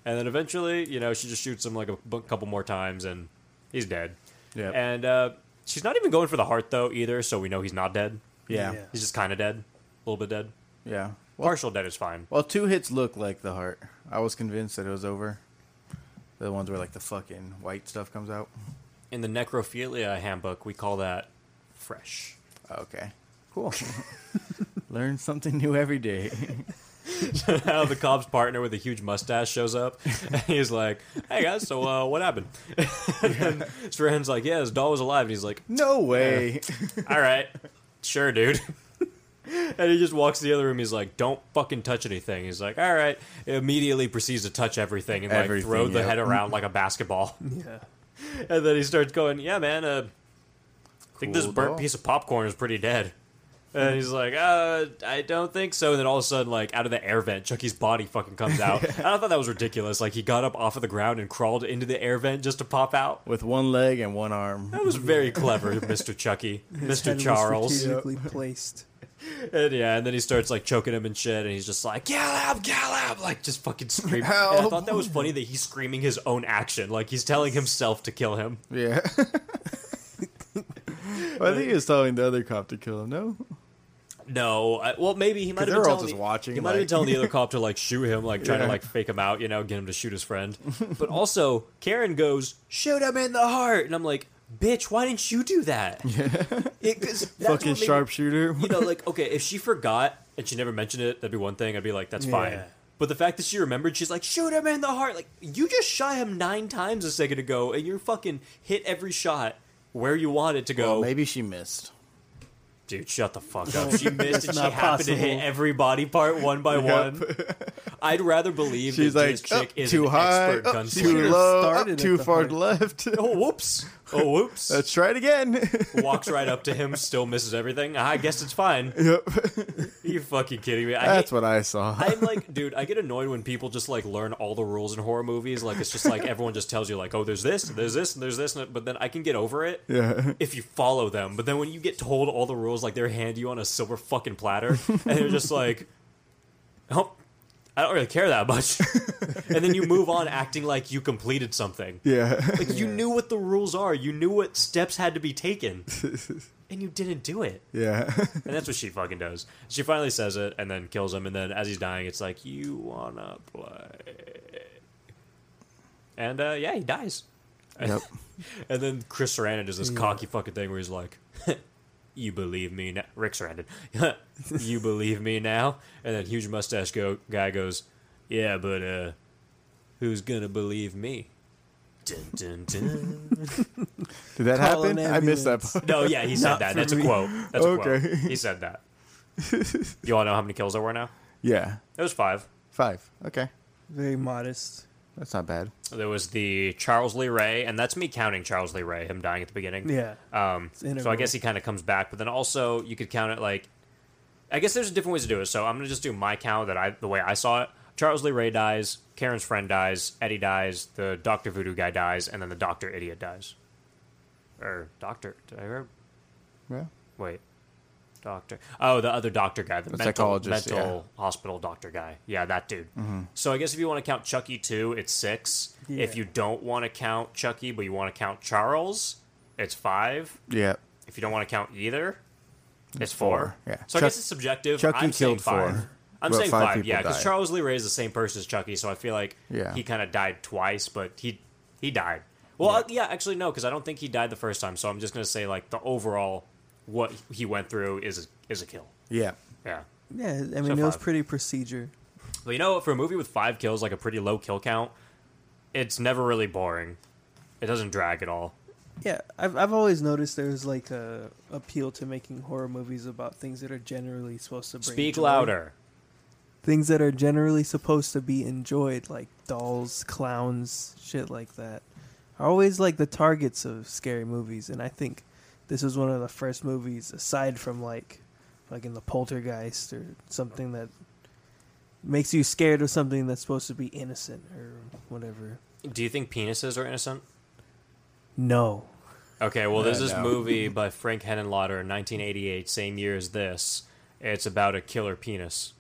And then eventually, you know, she just shoots him like a bu- couple more times, and he's dead. Yep. And uh, she's not even going for the heart though either, so we know he's not dead. yeah. Yeah. Yeah. He's just kind of dead, a little bit dead. Partial dead is fine. Well, two hits look like the heart. I was convinced that it was over. The ones where like the fucking white stuff comes out. in the necrophilia handbook, we call that fresh. *laughs* Okay. *laughs* Cool. Learn something new every day. How the cop's partner with a huge mustache shows up, and he's like, "Hey guys, so uh, what happened?" *laughs* and then Strahan's like, "Yeah, his doll was alive," and he's like, *laughs* no way. "All right, sure, dude." *laughs* and he just walks to the other room. He's like, "Don't fucking touch anything." He's like, "All right." Immediately proceeds to touch everything and like Everything, throw the yep. head around like a basketball. *laughs* Yeah. *laughs* and then he starts going, "Yeah, man, uh, I think this Cool burnt doll. piece of popcorn is pretty dead." And he's like, "Uh, I don't think so." And then all of a sudden, like out of the air vent, Chucky's body fucking comes *laughs* out. And I thought that was ridiculous. Like he got up off of the ground and crawled into the air vent just to pop out. *laughs* With one leg and one arm. That was very clever, *laughs* Mister Chucky, His head Mister was *laughs* Charles. strategically placed. And yeah, and then he starts like choking him and shit, and he's just like, Gallop, Gallop! Like just fucking screaming. And I Help. thought that was funny that he's screaming his own action. Like he's telling himself to kill him. Yeah. *laughs* Well, I think he was telling the other cop to kill him. No, No, I, well maybe he might have they're been all telling just the, watching, He might have been like- telling the *laughs* other cop to like shoot him, like trying to Yeah. like fake him out, you know, get him to shoot his *laughs* friend. But also, Karen goes, "Shoot him in the heart," and I'm like, "Bitch, why didn't you do that?" It- 'cause that's what fucking made me- sharpshooter. You know, like okay, if she forgot and she never mentioned it, that'd be one thing. I'd be like, "That's fine." Yeah. But the fact that she remembered, she's like, "Shoot him in the heart!" Like you just shot him nine times a second ago, and you fucking hit every shot where you want it to go. Well, *laughs* maybe she missed. Dude, shut the fuck *laughs* up. She missed and she not happened to hit possible. every body part one by *laughs* one. I'd rather believe She's that like this chick up is too an high, expert up gunslinger. too low, up Started at too the far heart. left. Oh whoops! Oh whoops! *laughs* Let's try it again. *laughs* Walks right up to him, still misses everything. I guess it's fine. yep, *laughs* Are you fucking kidding me? I that's hate- what I saw. I'm like, dude, I get annoyed when people just like learn all the rules in horror movies. Like it's just like everyone just tells you like, oh, there's this, there's this, and there's this, and but then I can get over it. yeah, if you follow them. But then when you get told all the rules, like they're hand you on a silver fucking platter, and you're just like, oh, I don't really care that *laughs* much. and then you move on acting like you completed something. *laughs* yeah. *laughs* Like you knew what the rules are, you knew what steps had to be *laughs* taken, and you didn't do it. Yeah. And that's what she fucking does. She finally says it and then kills him. And then as he's dying, it's like, you wanna play? And uh, yeah, he dies. yep. And then Chris Sarandon does this cocky fucking thing where he's like, *laughs* "You believe me now, Rick Sarandon? *laughs* you believe me now?" And then huge mustache go- guy goes, "Yeah, but uh, who's gonna believe me?" Dun, dun, dun. Did that Call happen? an I missed that ambulance. part. *laughs* no, yeah, he said Not that. for That's a me. quote. That's a Okay. quote. He said that. You all know how many kills there were now? Yeah. It was five. Five. Okay. Very modest. That's not bad. There was the Charles Lee Ray, and that's me counting Charles Lee Ray, him dying at the beginning. Yeah. Um, so I integral. guess he kind of comes back, but then also you could count it like, I guess there's different ways to do it. So I'm gonna just do my count that I the way I saw it. Charles Lee Ray dies, Karen's friend dies, Eddie dies, the Doctor Voodoo guy dies, and then the Doctor Idiot dies. Or Doctor? Did I hear? Yeah. Wait, Doctor. Oh, the other doctor guy, the, mental, psychologist, mental hospital doctor guy. Yeah, that dude. So I guess if you want to count Chucky too, it's six. If Yeah. you don't want to count Chucky, but you want to count Charles, it's five. Yeah. If you don't want to count either, it's four. four, yeah. So Chuck- I guess it's subjective. Chucky I'm saying killed five. four, I'm but saying five five, people yeah, because died. Charles Lee Ray is the same person as Chucky, so I feel like Yeah. he kind of died twice, but he he died. Well, uh, yeah, actually no, because I don't think he died the first time. So I'm just gonna say like the overall what he went through is is a kill. Yeah. Yeah, Yeah, I mean So it was five. pretty procedure. but you know what? For a movie with five kills, like a pretty low kill count, it's never really boring. It doesn't drag at all. Yeah, I've I've always noticed there's like a appeal to making horror movies about things that are generally supposed to bring Speak joy. louder. Things that are generally supposed to be enjoyed, like dolls, clowns, shit like that, are always like the targets of scary movies. And I think this is one of the first movies, aside from like, like in the Poltergeist or something that makes you scared of something that's supposed to be innocent or whatever. Do you think penises are innocent? No, Okay, well, there's Uh, this no. movie by Frank Henenlotter in 1988, same year as this. It's about a killer penis,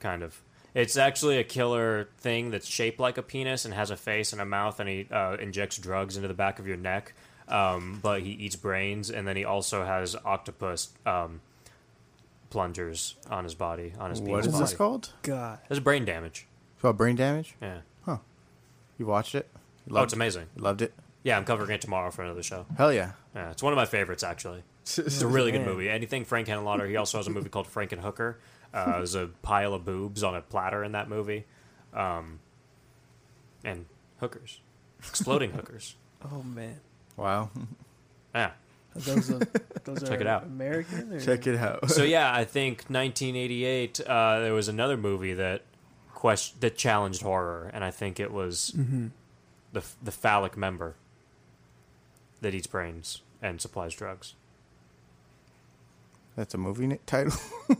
kind of. It's actually a killer thing that's shaped like a penis and has a face and a mouth, and he uh, injects drugs into the back of your neck. Um, but he eats brains, and then he also has octopus um, plungers on his body, on his What penis is body. this called? God, There's brain damage. It's about brain damage. Yeah. You watched it? You Oh, it's amazing. you Loved it. Yeah, I'm covering it tomorrow for another show. Hell yeah. Yeah, it's one of my favorites actually. It's a really good movie. Anything Frank Henenlotter. He also has a movie called Frank and Hooker. Uh, there's a pile of boobs on a platter in that movie, um, and hookers, exploding hookers. Oh man, Wow. *laughs* Yeah. Are *laughs* those are, those Check are it out. American. Or? Check it out. So yeah, I think 1988. Uh, there was another movie that question that challenged horror, and I think it was the f- the phallic member that eats brains and supplies drugs. *laughs* That's a movie ni- title.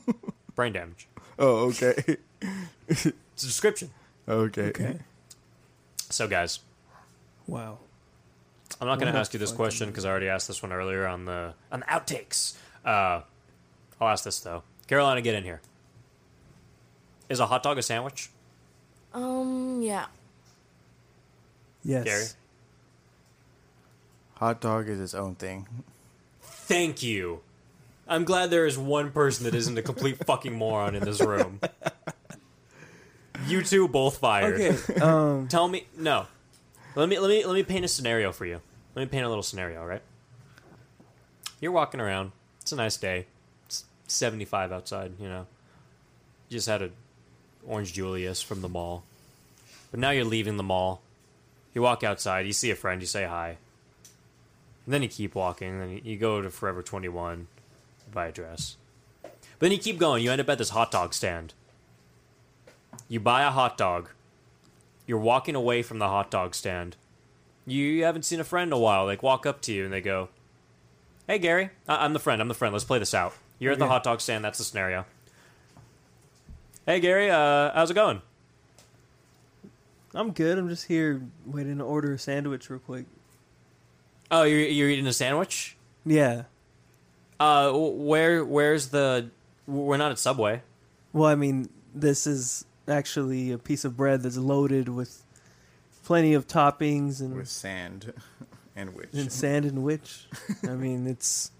*laughs* Brain damage. Oh, okay. *laughs* It's a description. Okay. Okay. So guys, Wow. I'm not going to What a ask you this fucking question because I already asked this one earlier on the on the outtakes. Uh, I'll ask this though. Carolina, get in here. Is a hot dog a sandwich? Um, yeah. Yes. Gary? Hot dog is its own thing. Thank you. I'm glad there is one person that isn't a complete fucking moron in this room. You two both fired. Okay. Um. Tell me no. Let me let me let me paint a scenario for you. Let me paint a little scenario, all right? You're walking around. It's a nice day. It's 75 outside, you know. You just had a orange Julius from the mall. But now you're leaving the mall. You walk outside, you see a friend, you say hi. And then you keep walking, then you- you go to Forever 21, buy a dress. But then you keep going, you end up at this hot dog stand. You buy a hot dog. You're walking away from the hot dog stand. You, you haven't seen a friend in a while. They walk up to you and they go, Hey, Gary, I- I'm the friend. I'm the friend. Let's play this out. You're at the Okay. hot dog stand. That's the scenario. Hey, Gary, uh, how's it going? I'm good. I'm just here waiting to order a sandwich real quick. Oh, you're, you're eating a sandwich? Yeah. Uh, w- where where's the? w- We're not at Subway. Well, I mean, this is actually a piece of bread that's loaded with plenty of toppings and, With sand *laughs* and witch. and sand and witch. I mean, it's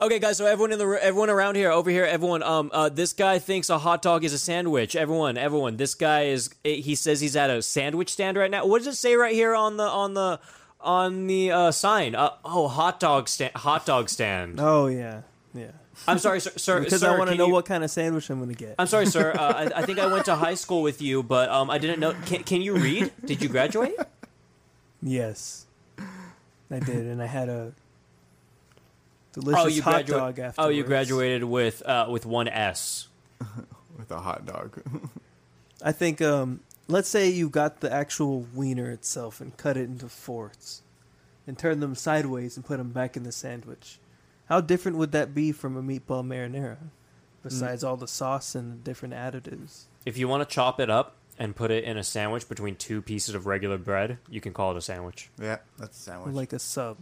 Okay, guys. So everyone in the ro- everyone around here, over here, everyone. Um, uh, this guy thinks a hot dog is a sandwich. Everyone, everyone. This guy is. eh, He says he's at a sandwich stand right now. What does it say right here on the on the on the uh, sign? Uh, oh, hot dog stand. Hot dog stand. oh yeah, yeah. I'm sorry, sir. sir Because sir, I want to can know you- what kind of sandwich I'm gonna get. I'm sorry, sir. Uh, I, I think I went to high school with you, but um, I didn't know. Can, can you read? Did you graduate? yes, I did, and I *laughs* had a delicious hot gradua- dog after. Oh, you graduated with uh, with one S. With a hot dog. *laughs* I think. Um, let's say you got the actual wiener itself and cut it into fourths, and turned them sideways and put them back in the sandwich. How different would that be from a meatball marinara? Besides all the sauce and the different additives. If you want to chop it up and put it in a sandwich between two pieces of regular bread, you can call it a sandwich. yeah, that's a Or sandwich. like a sub.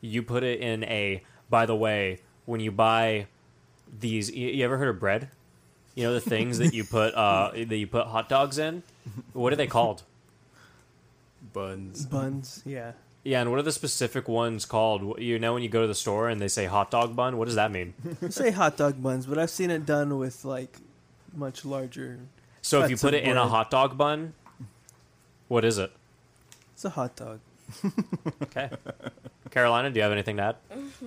You put it in a. By the way, when you buy these, you, you ever heard of bread? You know the things that you *laughs* put uh, that you put hot dogs in. What are they called? Buns. Buns, yeah. Yeah, and what are the specific ones called? You know when you go to the store and they say hot dog bun. What does that mean? You say hot dog buns, but I've seen it done with like much larger. So if you That's put a it in a bread. hot dog bun, what is it? It's a hot dog. Okay, Carolina, do you have anything to add?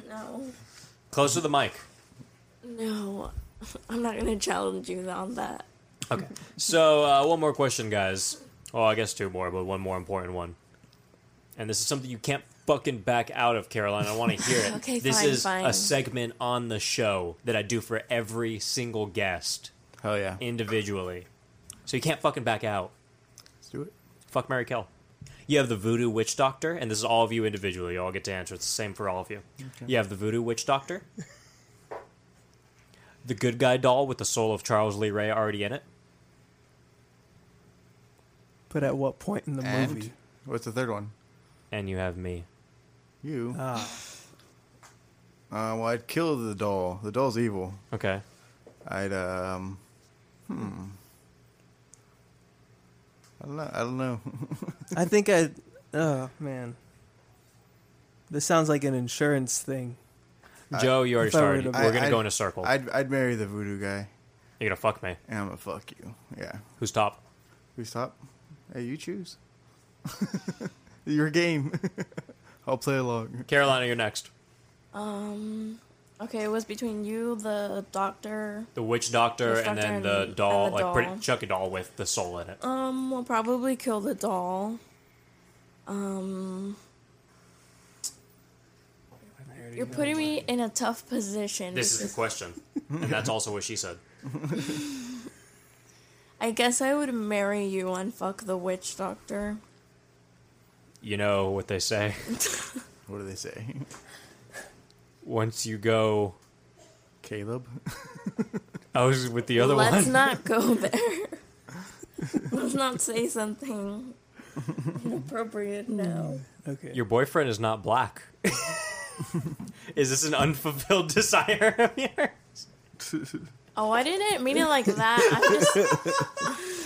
No. Close to the mic. No. *laughs* I'm not gonna challenge you on that. Okay. So uh, one more question, guys. Oh, I guess two more, but one more important one. And this is something you can't fucking back out of, Caroline. I want to hear it. *laughs* Okay, this fine, is a fine. segment on the show that I do for every single guest Hell yeah. individually. So you can't fucking back out. Let's do it. Fuck Mary Kill. You have the voodoo witch doctor, and this is all of you individually. You all get to answer. It's the same for all of you. You have the voodoo witch doctor, the good guy doll with the soul of Charles Lee Ray already in it. But at what point in the And movie? what's the third one? and you have me. You. Uh, Ah, well, I'd kill the doll. The doll's evil. Okay. I'd um. Hmm. I don't know. I don't *laughs* know. I think I. Oh man, this sounds like an insurance thing. Joe, you already if I were started. to- We're going to I- go in a circle. I'd I'd marry the voodoo guy, You're going to fuck me. and I'm gonna fuck you. Yeah. Who's top? We stop. Hey, you choose. *laughs* Your game. *laughs* I'll play along. Carolina, you're next. Um. Okay, it was between you, the doctor. The witch doctor, Witch and doctor then and- the and the doll, like doll. pretty Chucky doll with the soul in it. Um, we'll probably kill the doll. Um, you're putting me in a tough position. this is because the *laughs* question, and that's also what she said. I guess I would marry you and fuck the witch doctor. You know what they say. What do they say? Once you go, *laughs* Caleb? I was with the other Let's one. *laughs* not go there. Let's not say something inappropriate now. Okay. Your boyfriend is not *laughs* black. is this an unfulfilled desire of yours? Oh, I didn't mean it like that. I'm just,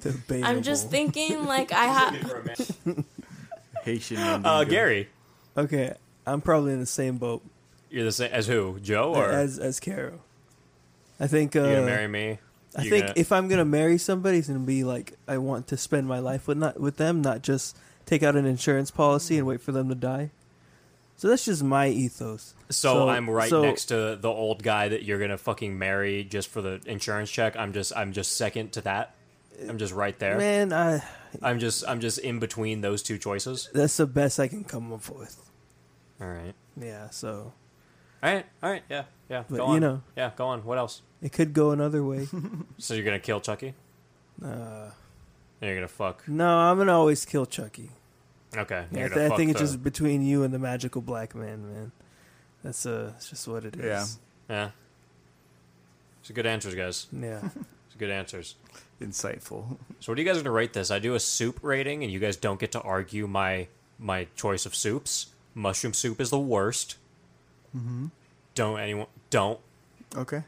Debatable. I'm just thinking like I have. *laughs* Haitian. Uh, Mandingo. Gary, Okay, I'm probably in the same boat you're the same as who? Joe or as as Carol. I think. Uh, you gonna marry me? I You think gonna- if I'm gonna marry somebody, it's gonna be like I want to spend my life with not with them, not just take out an insurance policy and wait for them to die. So that's just my ethos. so, I'm right so- next to the old guy that you're gonna fucking marry just for the insurance check. I'm just I'm just second to that. I'm just right there. Man, I, I'm just I'm just in between those two choices. that's the best I can come up with. All right. Yeah, so All right. All right. Yeah. Yeah. But go you on. know. Yeah. Go on. What else? it could go another *laughs* way. So you're gonna kill Chucky? uh, And you're gonna fuck. no, I'm gonna always kill Chucky. Okay. I, You're th- gonna I fuck think it's the- just between you and the magical black man, man. That's uh, it's just what it is. Yeah. Yeah. It's good answers, guys. Yeah. It's good answers. Insightful. So what are you guys gonna rate this? I do a soup rating, and you guys don't get to argue my my choice of soups. Mushroom soup is the worst. Mm-hmm. Don't anyone don't. Okay.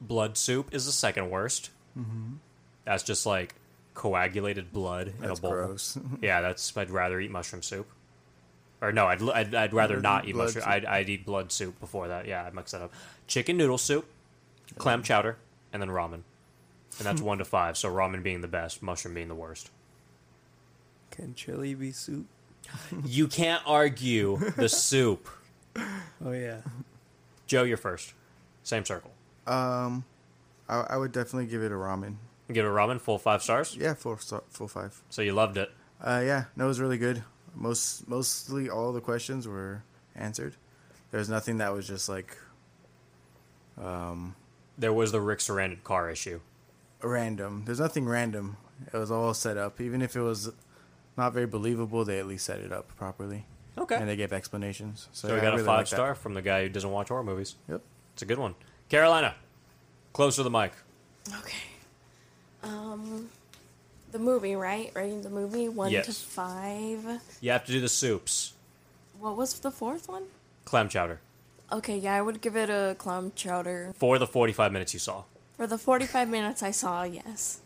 Blood soup is the second worst. Mm-hmm. That's just like coagulated blood in That's a bowl. gross. *laughs* Yeah, that's. I'd rather eat mushroom soup. Or no, I'd I'd, I'd rather not eat blood mushroom. soup. I'd, I'd eat blood soup before that. Yeah, I mixed that up. Chicken noodle soup, clam chowder, and then ramen. And *laughs* that's one to five. So ramen being the best, mushroom being the worst. Can chili be soup? You can't argue *laughs* the soup. Oh yeah. Joe, you're first. Same circle. Um, I, I would definitely give it a ramen. Give it ramen full five stars. Yeah, full star, full five. So you loved it. Uh, yeah, no, it was really good. Most mostly all the questions were answered. There's nothing that was just like There was the Rick Sarandon car issue. random. There's nothing random. It was all set up. Even if it was not very believable, they at least set it up properly. Okay. And they gave explanations. So, So we yeah, I got a really five liked that. star from the guy who doesn't watch horror movies. Yep. It's a good one. Carolina, close to the mic. Okay. Um, the movie, right? Rating the movie one to Yes. five. You have to do the soups. What was the fourth one? Clam chowder Okay, yeah, I would give it a clam chowder for the 45 minutes you saw. for the forty-five minutes I saw. Yes,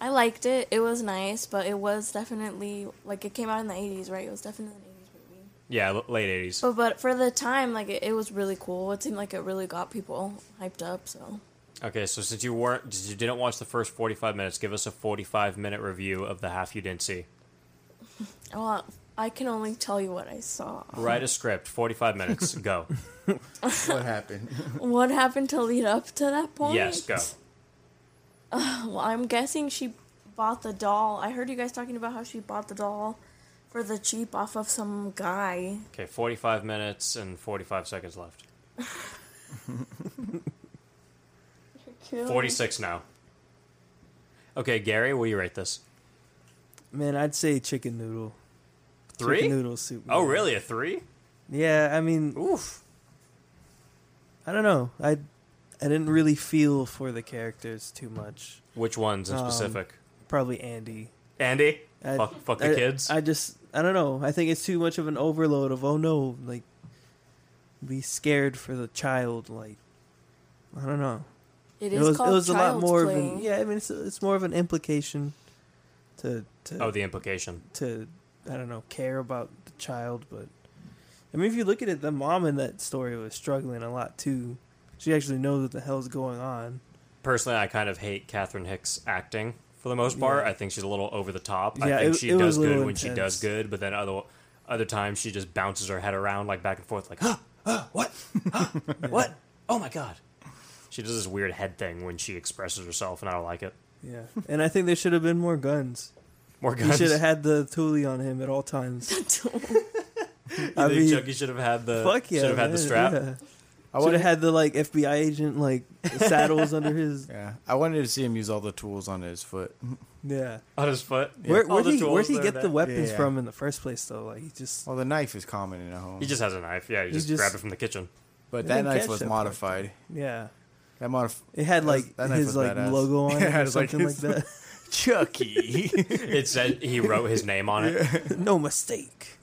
I liked it. It was nice, but it was definitely like it came out in the eighties, right? It was definitely an eighties movie. Yeah, l- late 80s. But but for the time, like it, it was really cool. It seemed like it really got people hyped up. So Okay, so since you weren't, since you didn't watch the first 45 minutes, give us a 45 minute review of the half you didn't see. well, I can only tell you what I *laughs* saw. Write a script, 45 minutes, go. What happened? *laughs* What happened to lead up to that point? Yes, go. Well, I'm guessing she bought the doll. I heard you guys talking about how she bought the doll for the cheap off of some guy. Okay, 45 minutes and 45 seconds left. 46 now. Okay, Gary, will you rate this? *laughs* Man, I'd say chicken noodle. Three? Chicken noodle soup. Oh, man. really? A three? Yeah, I mean, Oof. I don't know. I I didn't really feel for the characters too much. Which ones in Um, specific? Probably Andy. Andy? I, fuck fuck the I- kids? I just I don't know. I think it's too much of an overload of oh no, like be scared for the child. Like I don't know. It It is was it called was a lot child's more play. of an yeah. I mean, it's it's more of an implication to to oh, the implication. to I don't know care about the child, but I mean if you look at it, the mom in that story was struggling a lot too. She actually knows what the hell's going on. Personally, I kind of hate Catherine Hicks' acting for the most part. I think she's a little over the top. Yeah, I think it- she it was does a good little when she intense. does good, but then other other times she just bounces her head around like back and forth, like huh, huh, what, *laughs* huh, what? Oh my god! She does this weird head thing when she expresses herself, and I don't like it. *laughs* Yeah, and I think there should have been more guns. More He guns. should have *laughs* had the Thule on him at all times. I I mean, Chucky should have had the fuck yeah, should have had the man, strap. Yeah. I Should wanted, have had the like FBI agent like saddles under his *laughs* yeah, I wanted to see him use all the tools on his foot. yeah. on his foot. Where All where'd the he, where'd tools he there get that- the weapons Yeah. from in the first place though? Like he just Well, the knife is common in a home, He just has a knife. Yeah, he just, just- grabbed it from the kitchen. but They that didn't knife catch was that part, modified. yeah. That modif- It had That was- like that knife his was like badass. *laughs* logo on Yeah, it or it's like something like, his- Chucky. *laughs* It said he wrote his name on *laughs* it. that. no *laughs* mistake.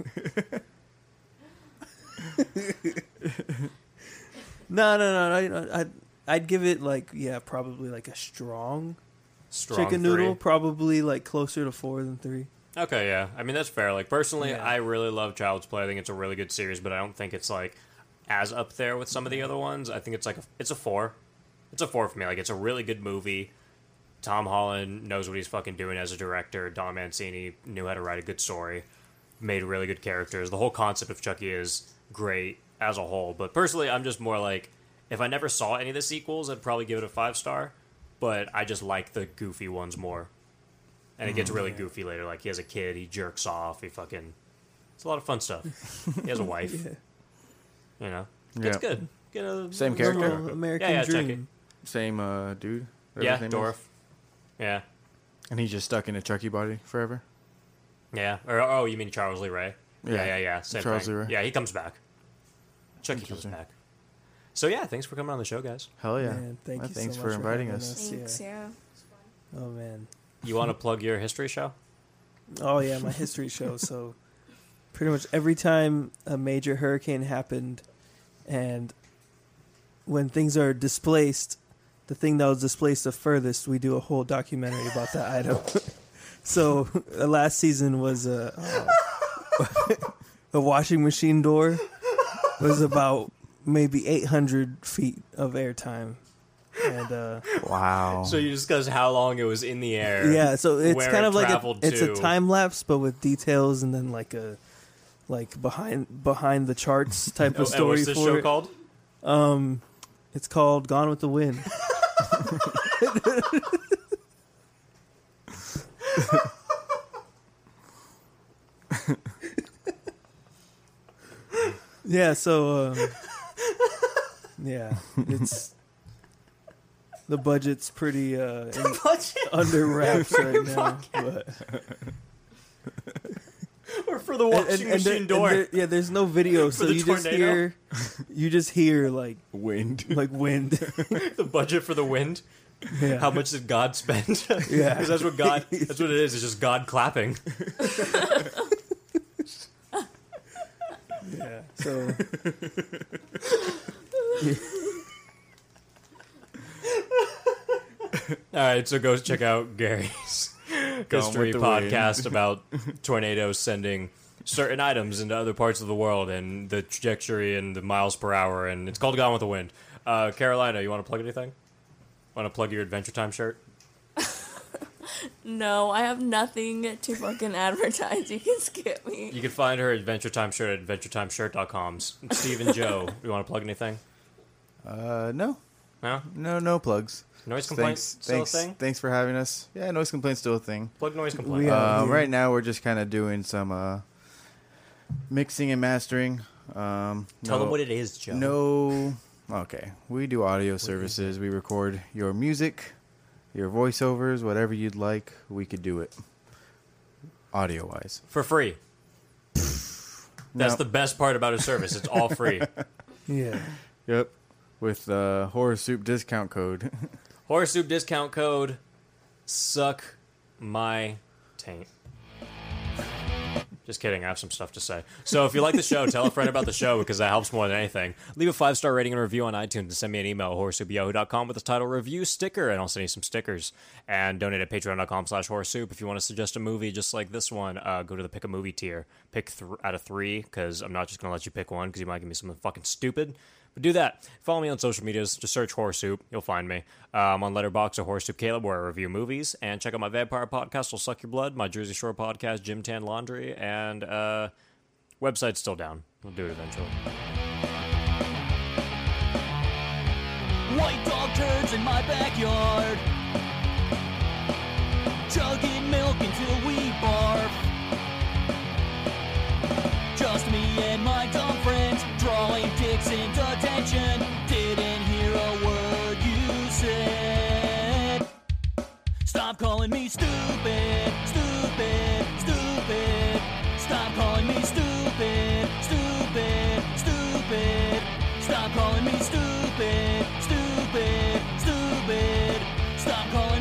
no, no, no, no. I, I'd, I'd give it like yeah, probably like a strong, Strong chicken three. noodle. Probably like closer to four than three. Okay, yeah. I mean, that's fair. Like, personally, Yeah. I really love Child's Play. I think it's a really good series, but I don't think it's, like, as up there with some of the other ones. I think it's, like, a, it's a four. It's a four for me. Like, it's a really good movie. Tom Holland knows what he's fucking doing as a director. Don Mancini knew how to write a good story, made really good characters. The whole concept of Chucky is great as a whole, but personally, I'm just more like, if I never saw any of the sequels, I'd probably give it a five star, but I just like the goofy ones more. And it Mm, gets really goofy later. Like, he has a kid, he jerks off, he fucking. It's a lot of fun stuff. he *laughs* has a wife, Yeah. you know? It's Yeah. good. Get a- Same Normal character, Uh-huh. American Yeah, yeah, check Dream. same uh, dude. whatever Yeah, his name is. dwarf. Yeah. and he's just stuck in a Chucky body forever. Yeah. Or oh, you mean Charles Lee Ray? Yeah, yeah, Yeah. yeah. Same Charles thing. Lee Ray. Yeah, he comes back. Chucky comes Interesting. back. So yeah, thanks for coming on the show, guys. Hell yeah! Man, thank Well, you so thanks much for for inviting having us. *laughs* us. Thanks, yeah. Oh man. You want to plug your history show? Oh yeah, my history show. So pretty much every time a major hurricane happened, and when things are displaced, the thing that was displaced the furthest, we do a whole documentary about that item. *laughs* so uh, last season was a *laughs* the washing machine door was about maybe 800 feet of airtime, and. uh *laughs* Wow. So you discuss how long it was in the air. yeah so it's where kind it of like a, traveled it's a to. time lapse but with details and then like a like behind behind the *laughs* charts type Oh, and of story what's this for show it. called? *laughs* it's called gone with the wind yeah so um, yeah it's the budget's pretty uh in- under wraps right now but Or for the washing and- and- and machine there- door. and there- yeah, there's no video, so the you just tornado. hear, you just hear like Wind. like wind. *laughs* the budget for the wind. yeah. How much did God spend? *laughs* Yeah. Because that's what God. That's what it is. It's just God clapping. Yeah. *laughs* So All right, so go check out *laughs* Gary's Gone history with the wind. *laughs* podcast about tornadoes sending certain items into other parts of the world and the trajectory and the miles per hour, and it's called Gone with the Wind. Uh, Carolina, you want to plug anything? Want to plug your Adventure Time shirt? No, I have nothing to fucking advertise. *laughs* You can skip me. You can find her Adventure Time shirt at adventuretimeshirt.com. Steve and *laughs* Joe, you want to plug anything? Uh, no, No? no, no plugs. Noise complaints Thanks, still thanks, a thing? thanks for having us. Yeah, noise complaints still a thing. Plug noise complaint. We, uh, Yeah, Um, yeah. Right now, we're just kind of doing some uh, mixing and mastering. Um, Tell no, them what it is, Joe. No, okay. We do audio services. We record your music, your voiceovers, whatever you'd like. We could do it audio wise. For free. That's the best part about his service. It's all *laughs* free. yeah, Yep. With uh, horror soup discount code. *laughs* Horror soup discount code suck my taint. Just kidding, I have some stuff to say. So if you like the show, tell a friend about the show because that helps more than anything. Leave a five star rating and review on iTunes and send me an email, horrorsoup@yahoo.com with the title review sticker, and I'll send you some stickers. And donate at patreon.com slash horrorsoup if you want to suggest a movie just like this one. Uh, go to the pick a movie tier. Pick th- out of three because I'm not just going to let you pick one because you might give me something fucking stupid. But But do that. Follow me on social medias. Just search Horse Soup. You'll find me. Um, on Letterbox or Horse Soup Caleb, where I review movies. And check out my Vampire podcast, Will Suck Your Blood, my Jersey Shore podcast, Gym Tan Laundry, and uh, website's still down. We'll do it eventually. White dog turds in my backyard. Chugging milk until we barf. Just me and my dumb friends drawing dicks into attention. Didn't hear a word you said. Stop calling me stupid, stupid, stupid. Stop calling me stupid, stupid, stupid. Stop calling me stupid, stupid, stupid. Stop calling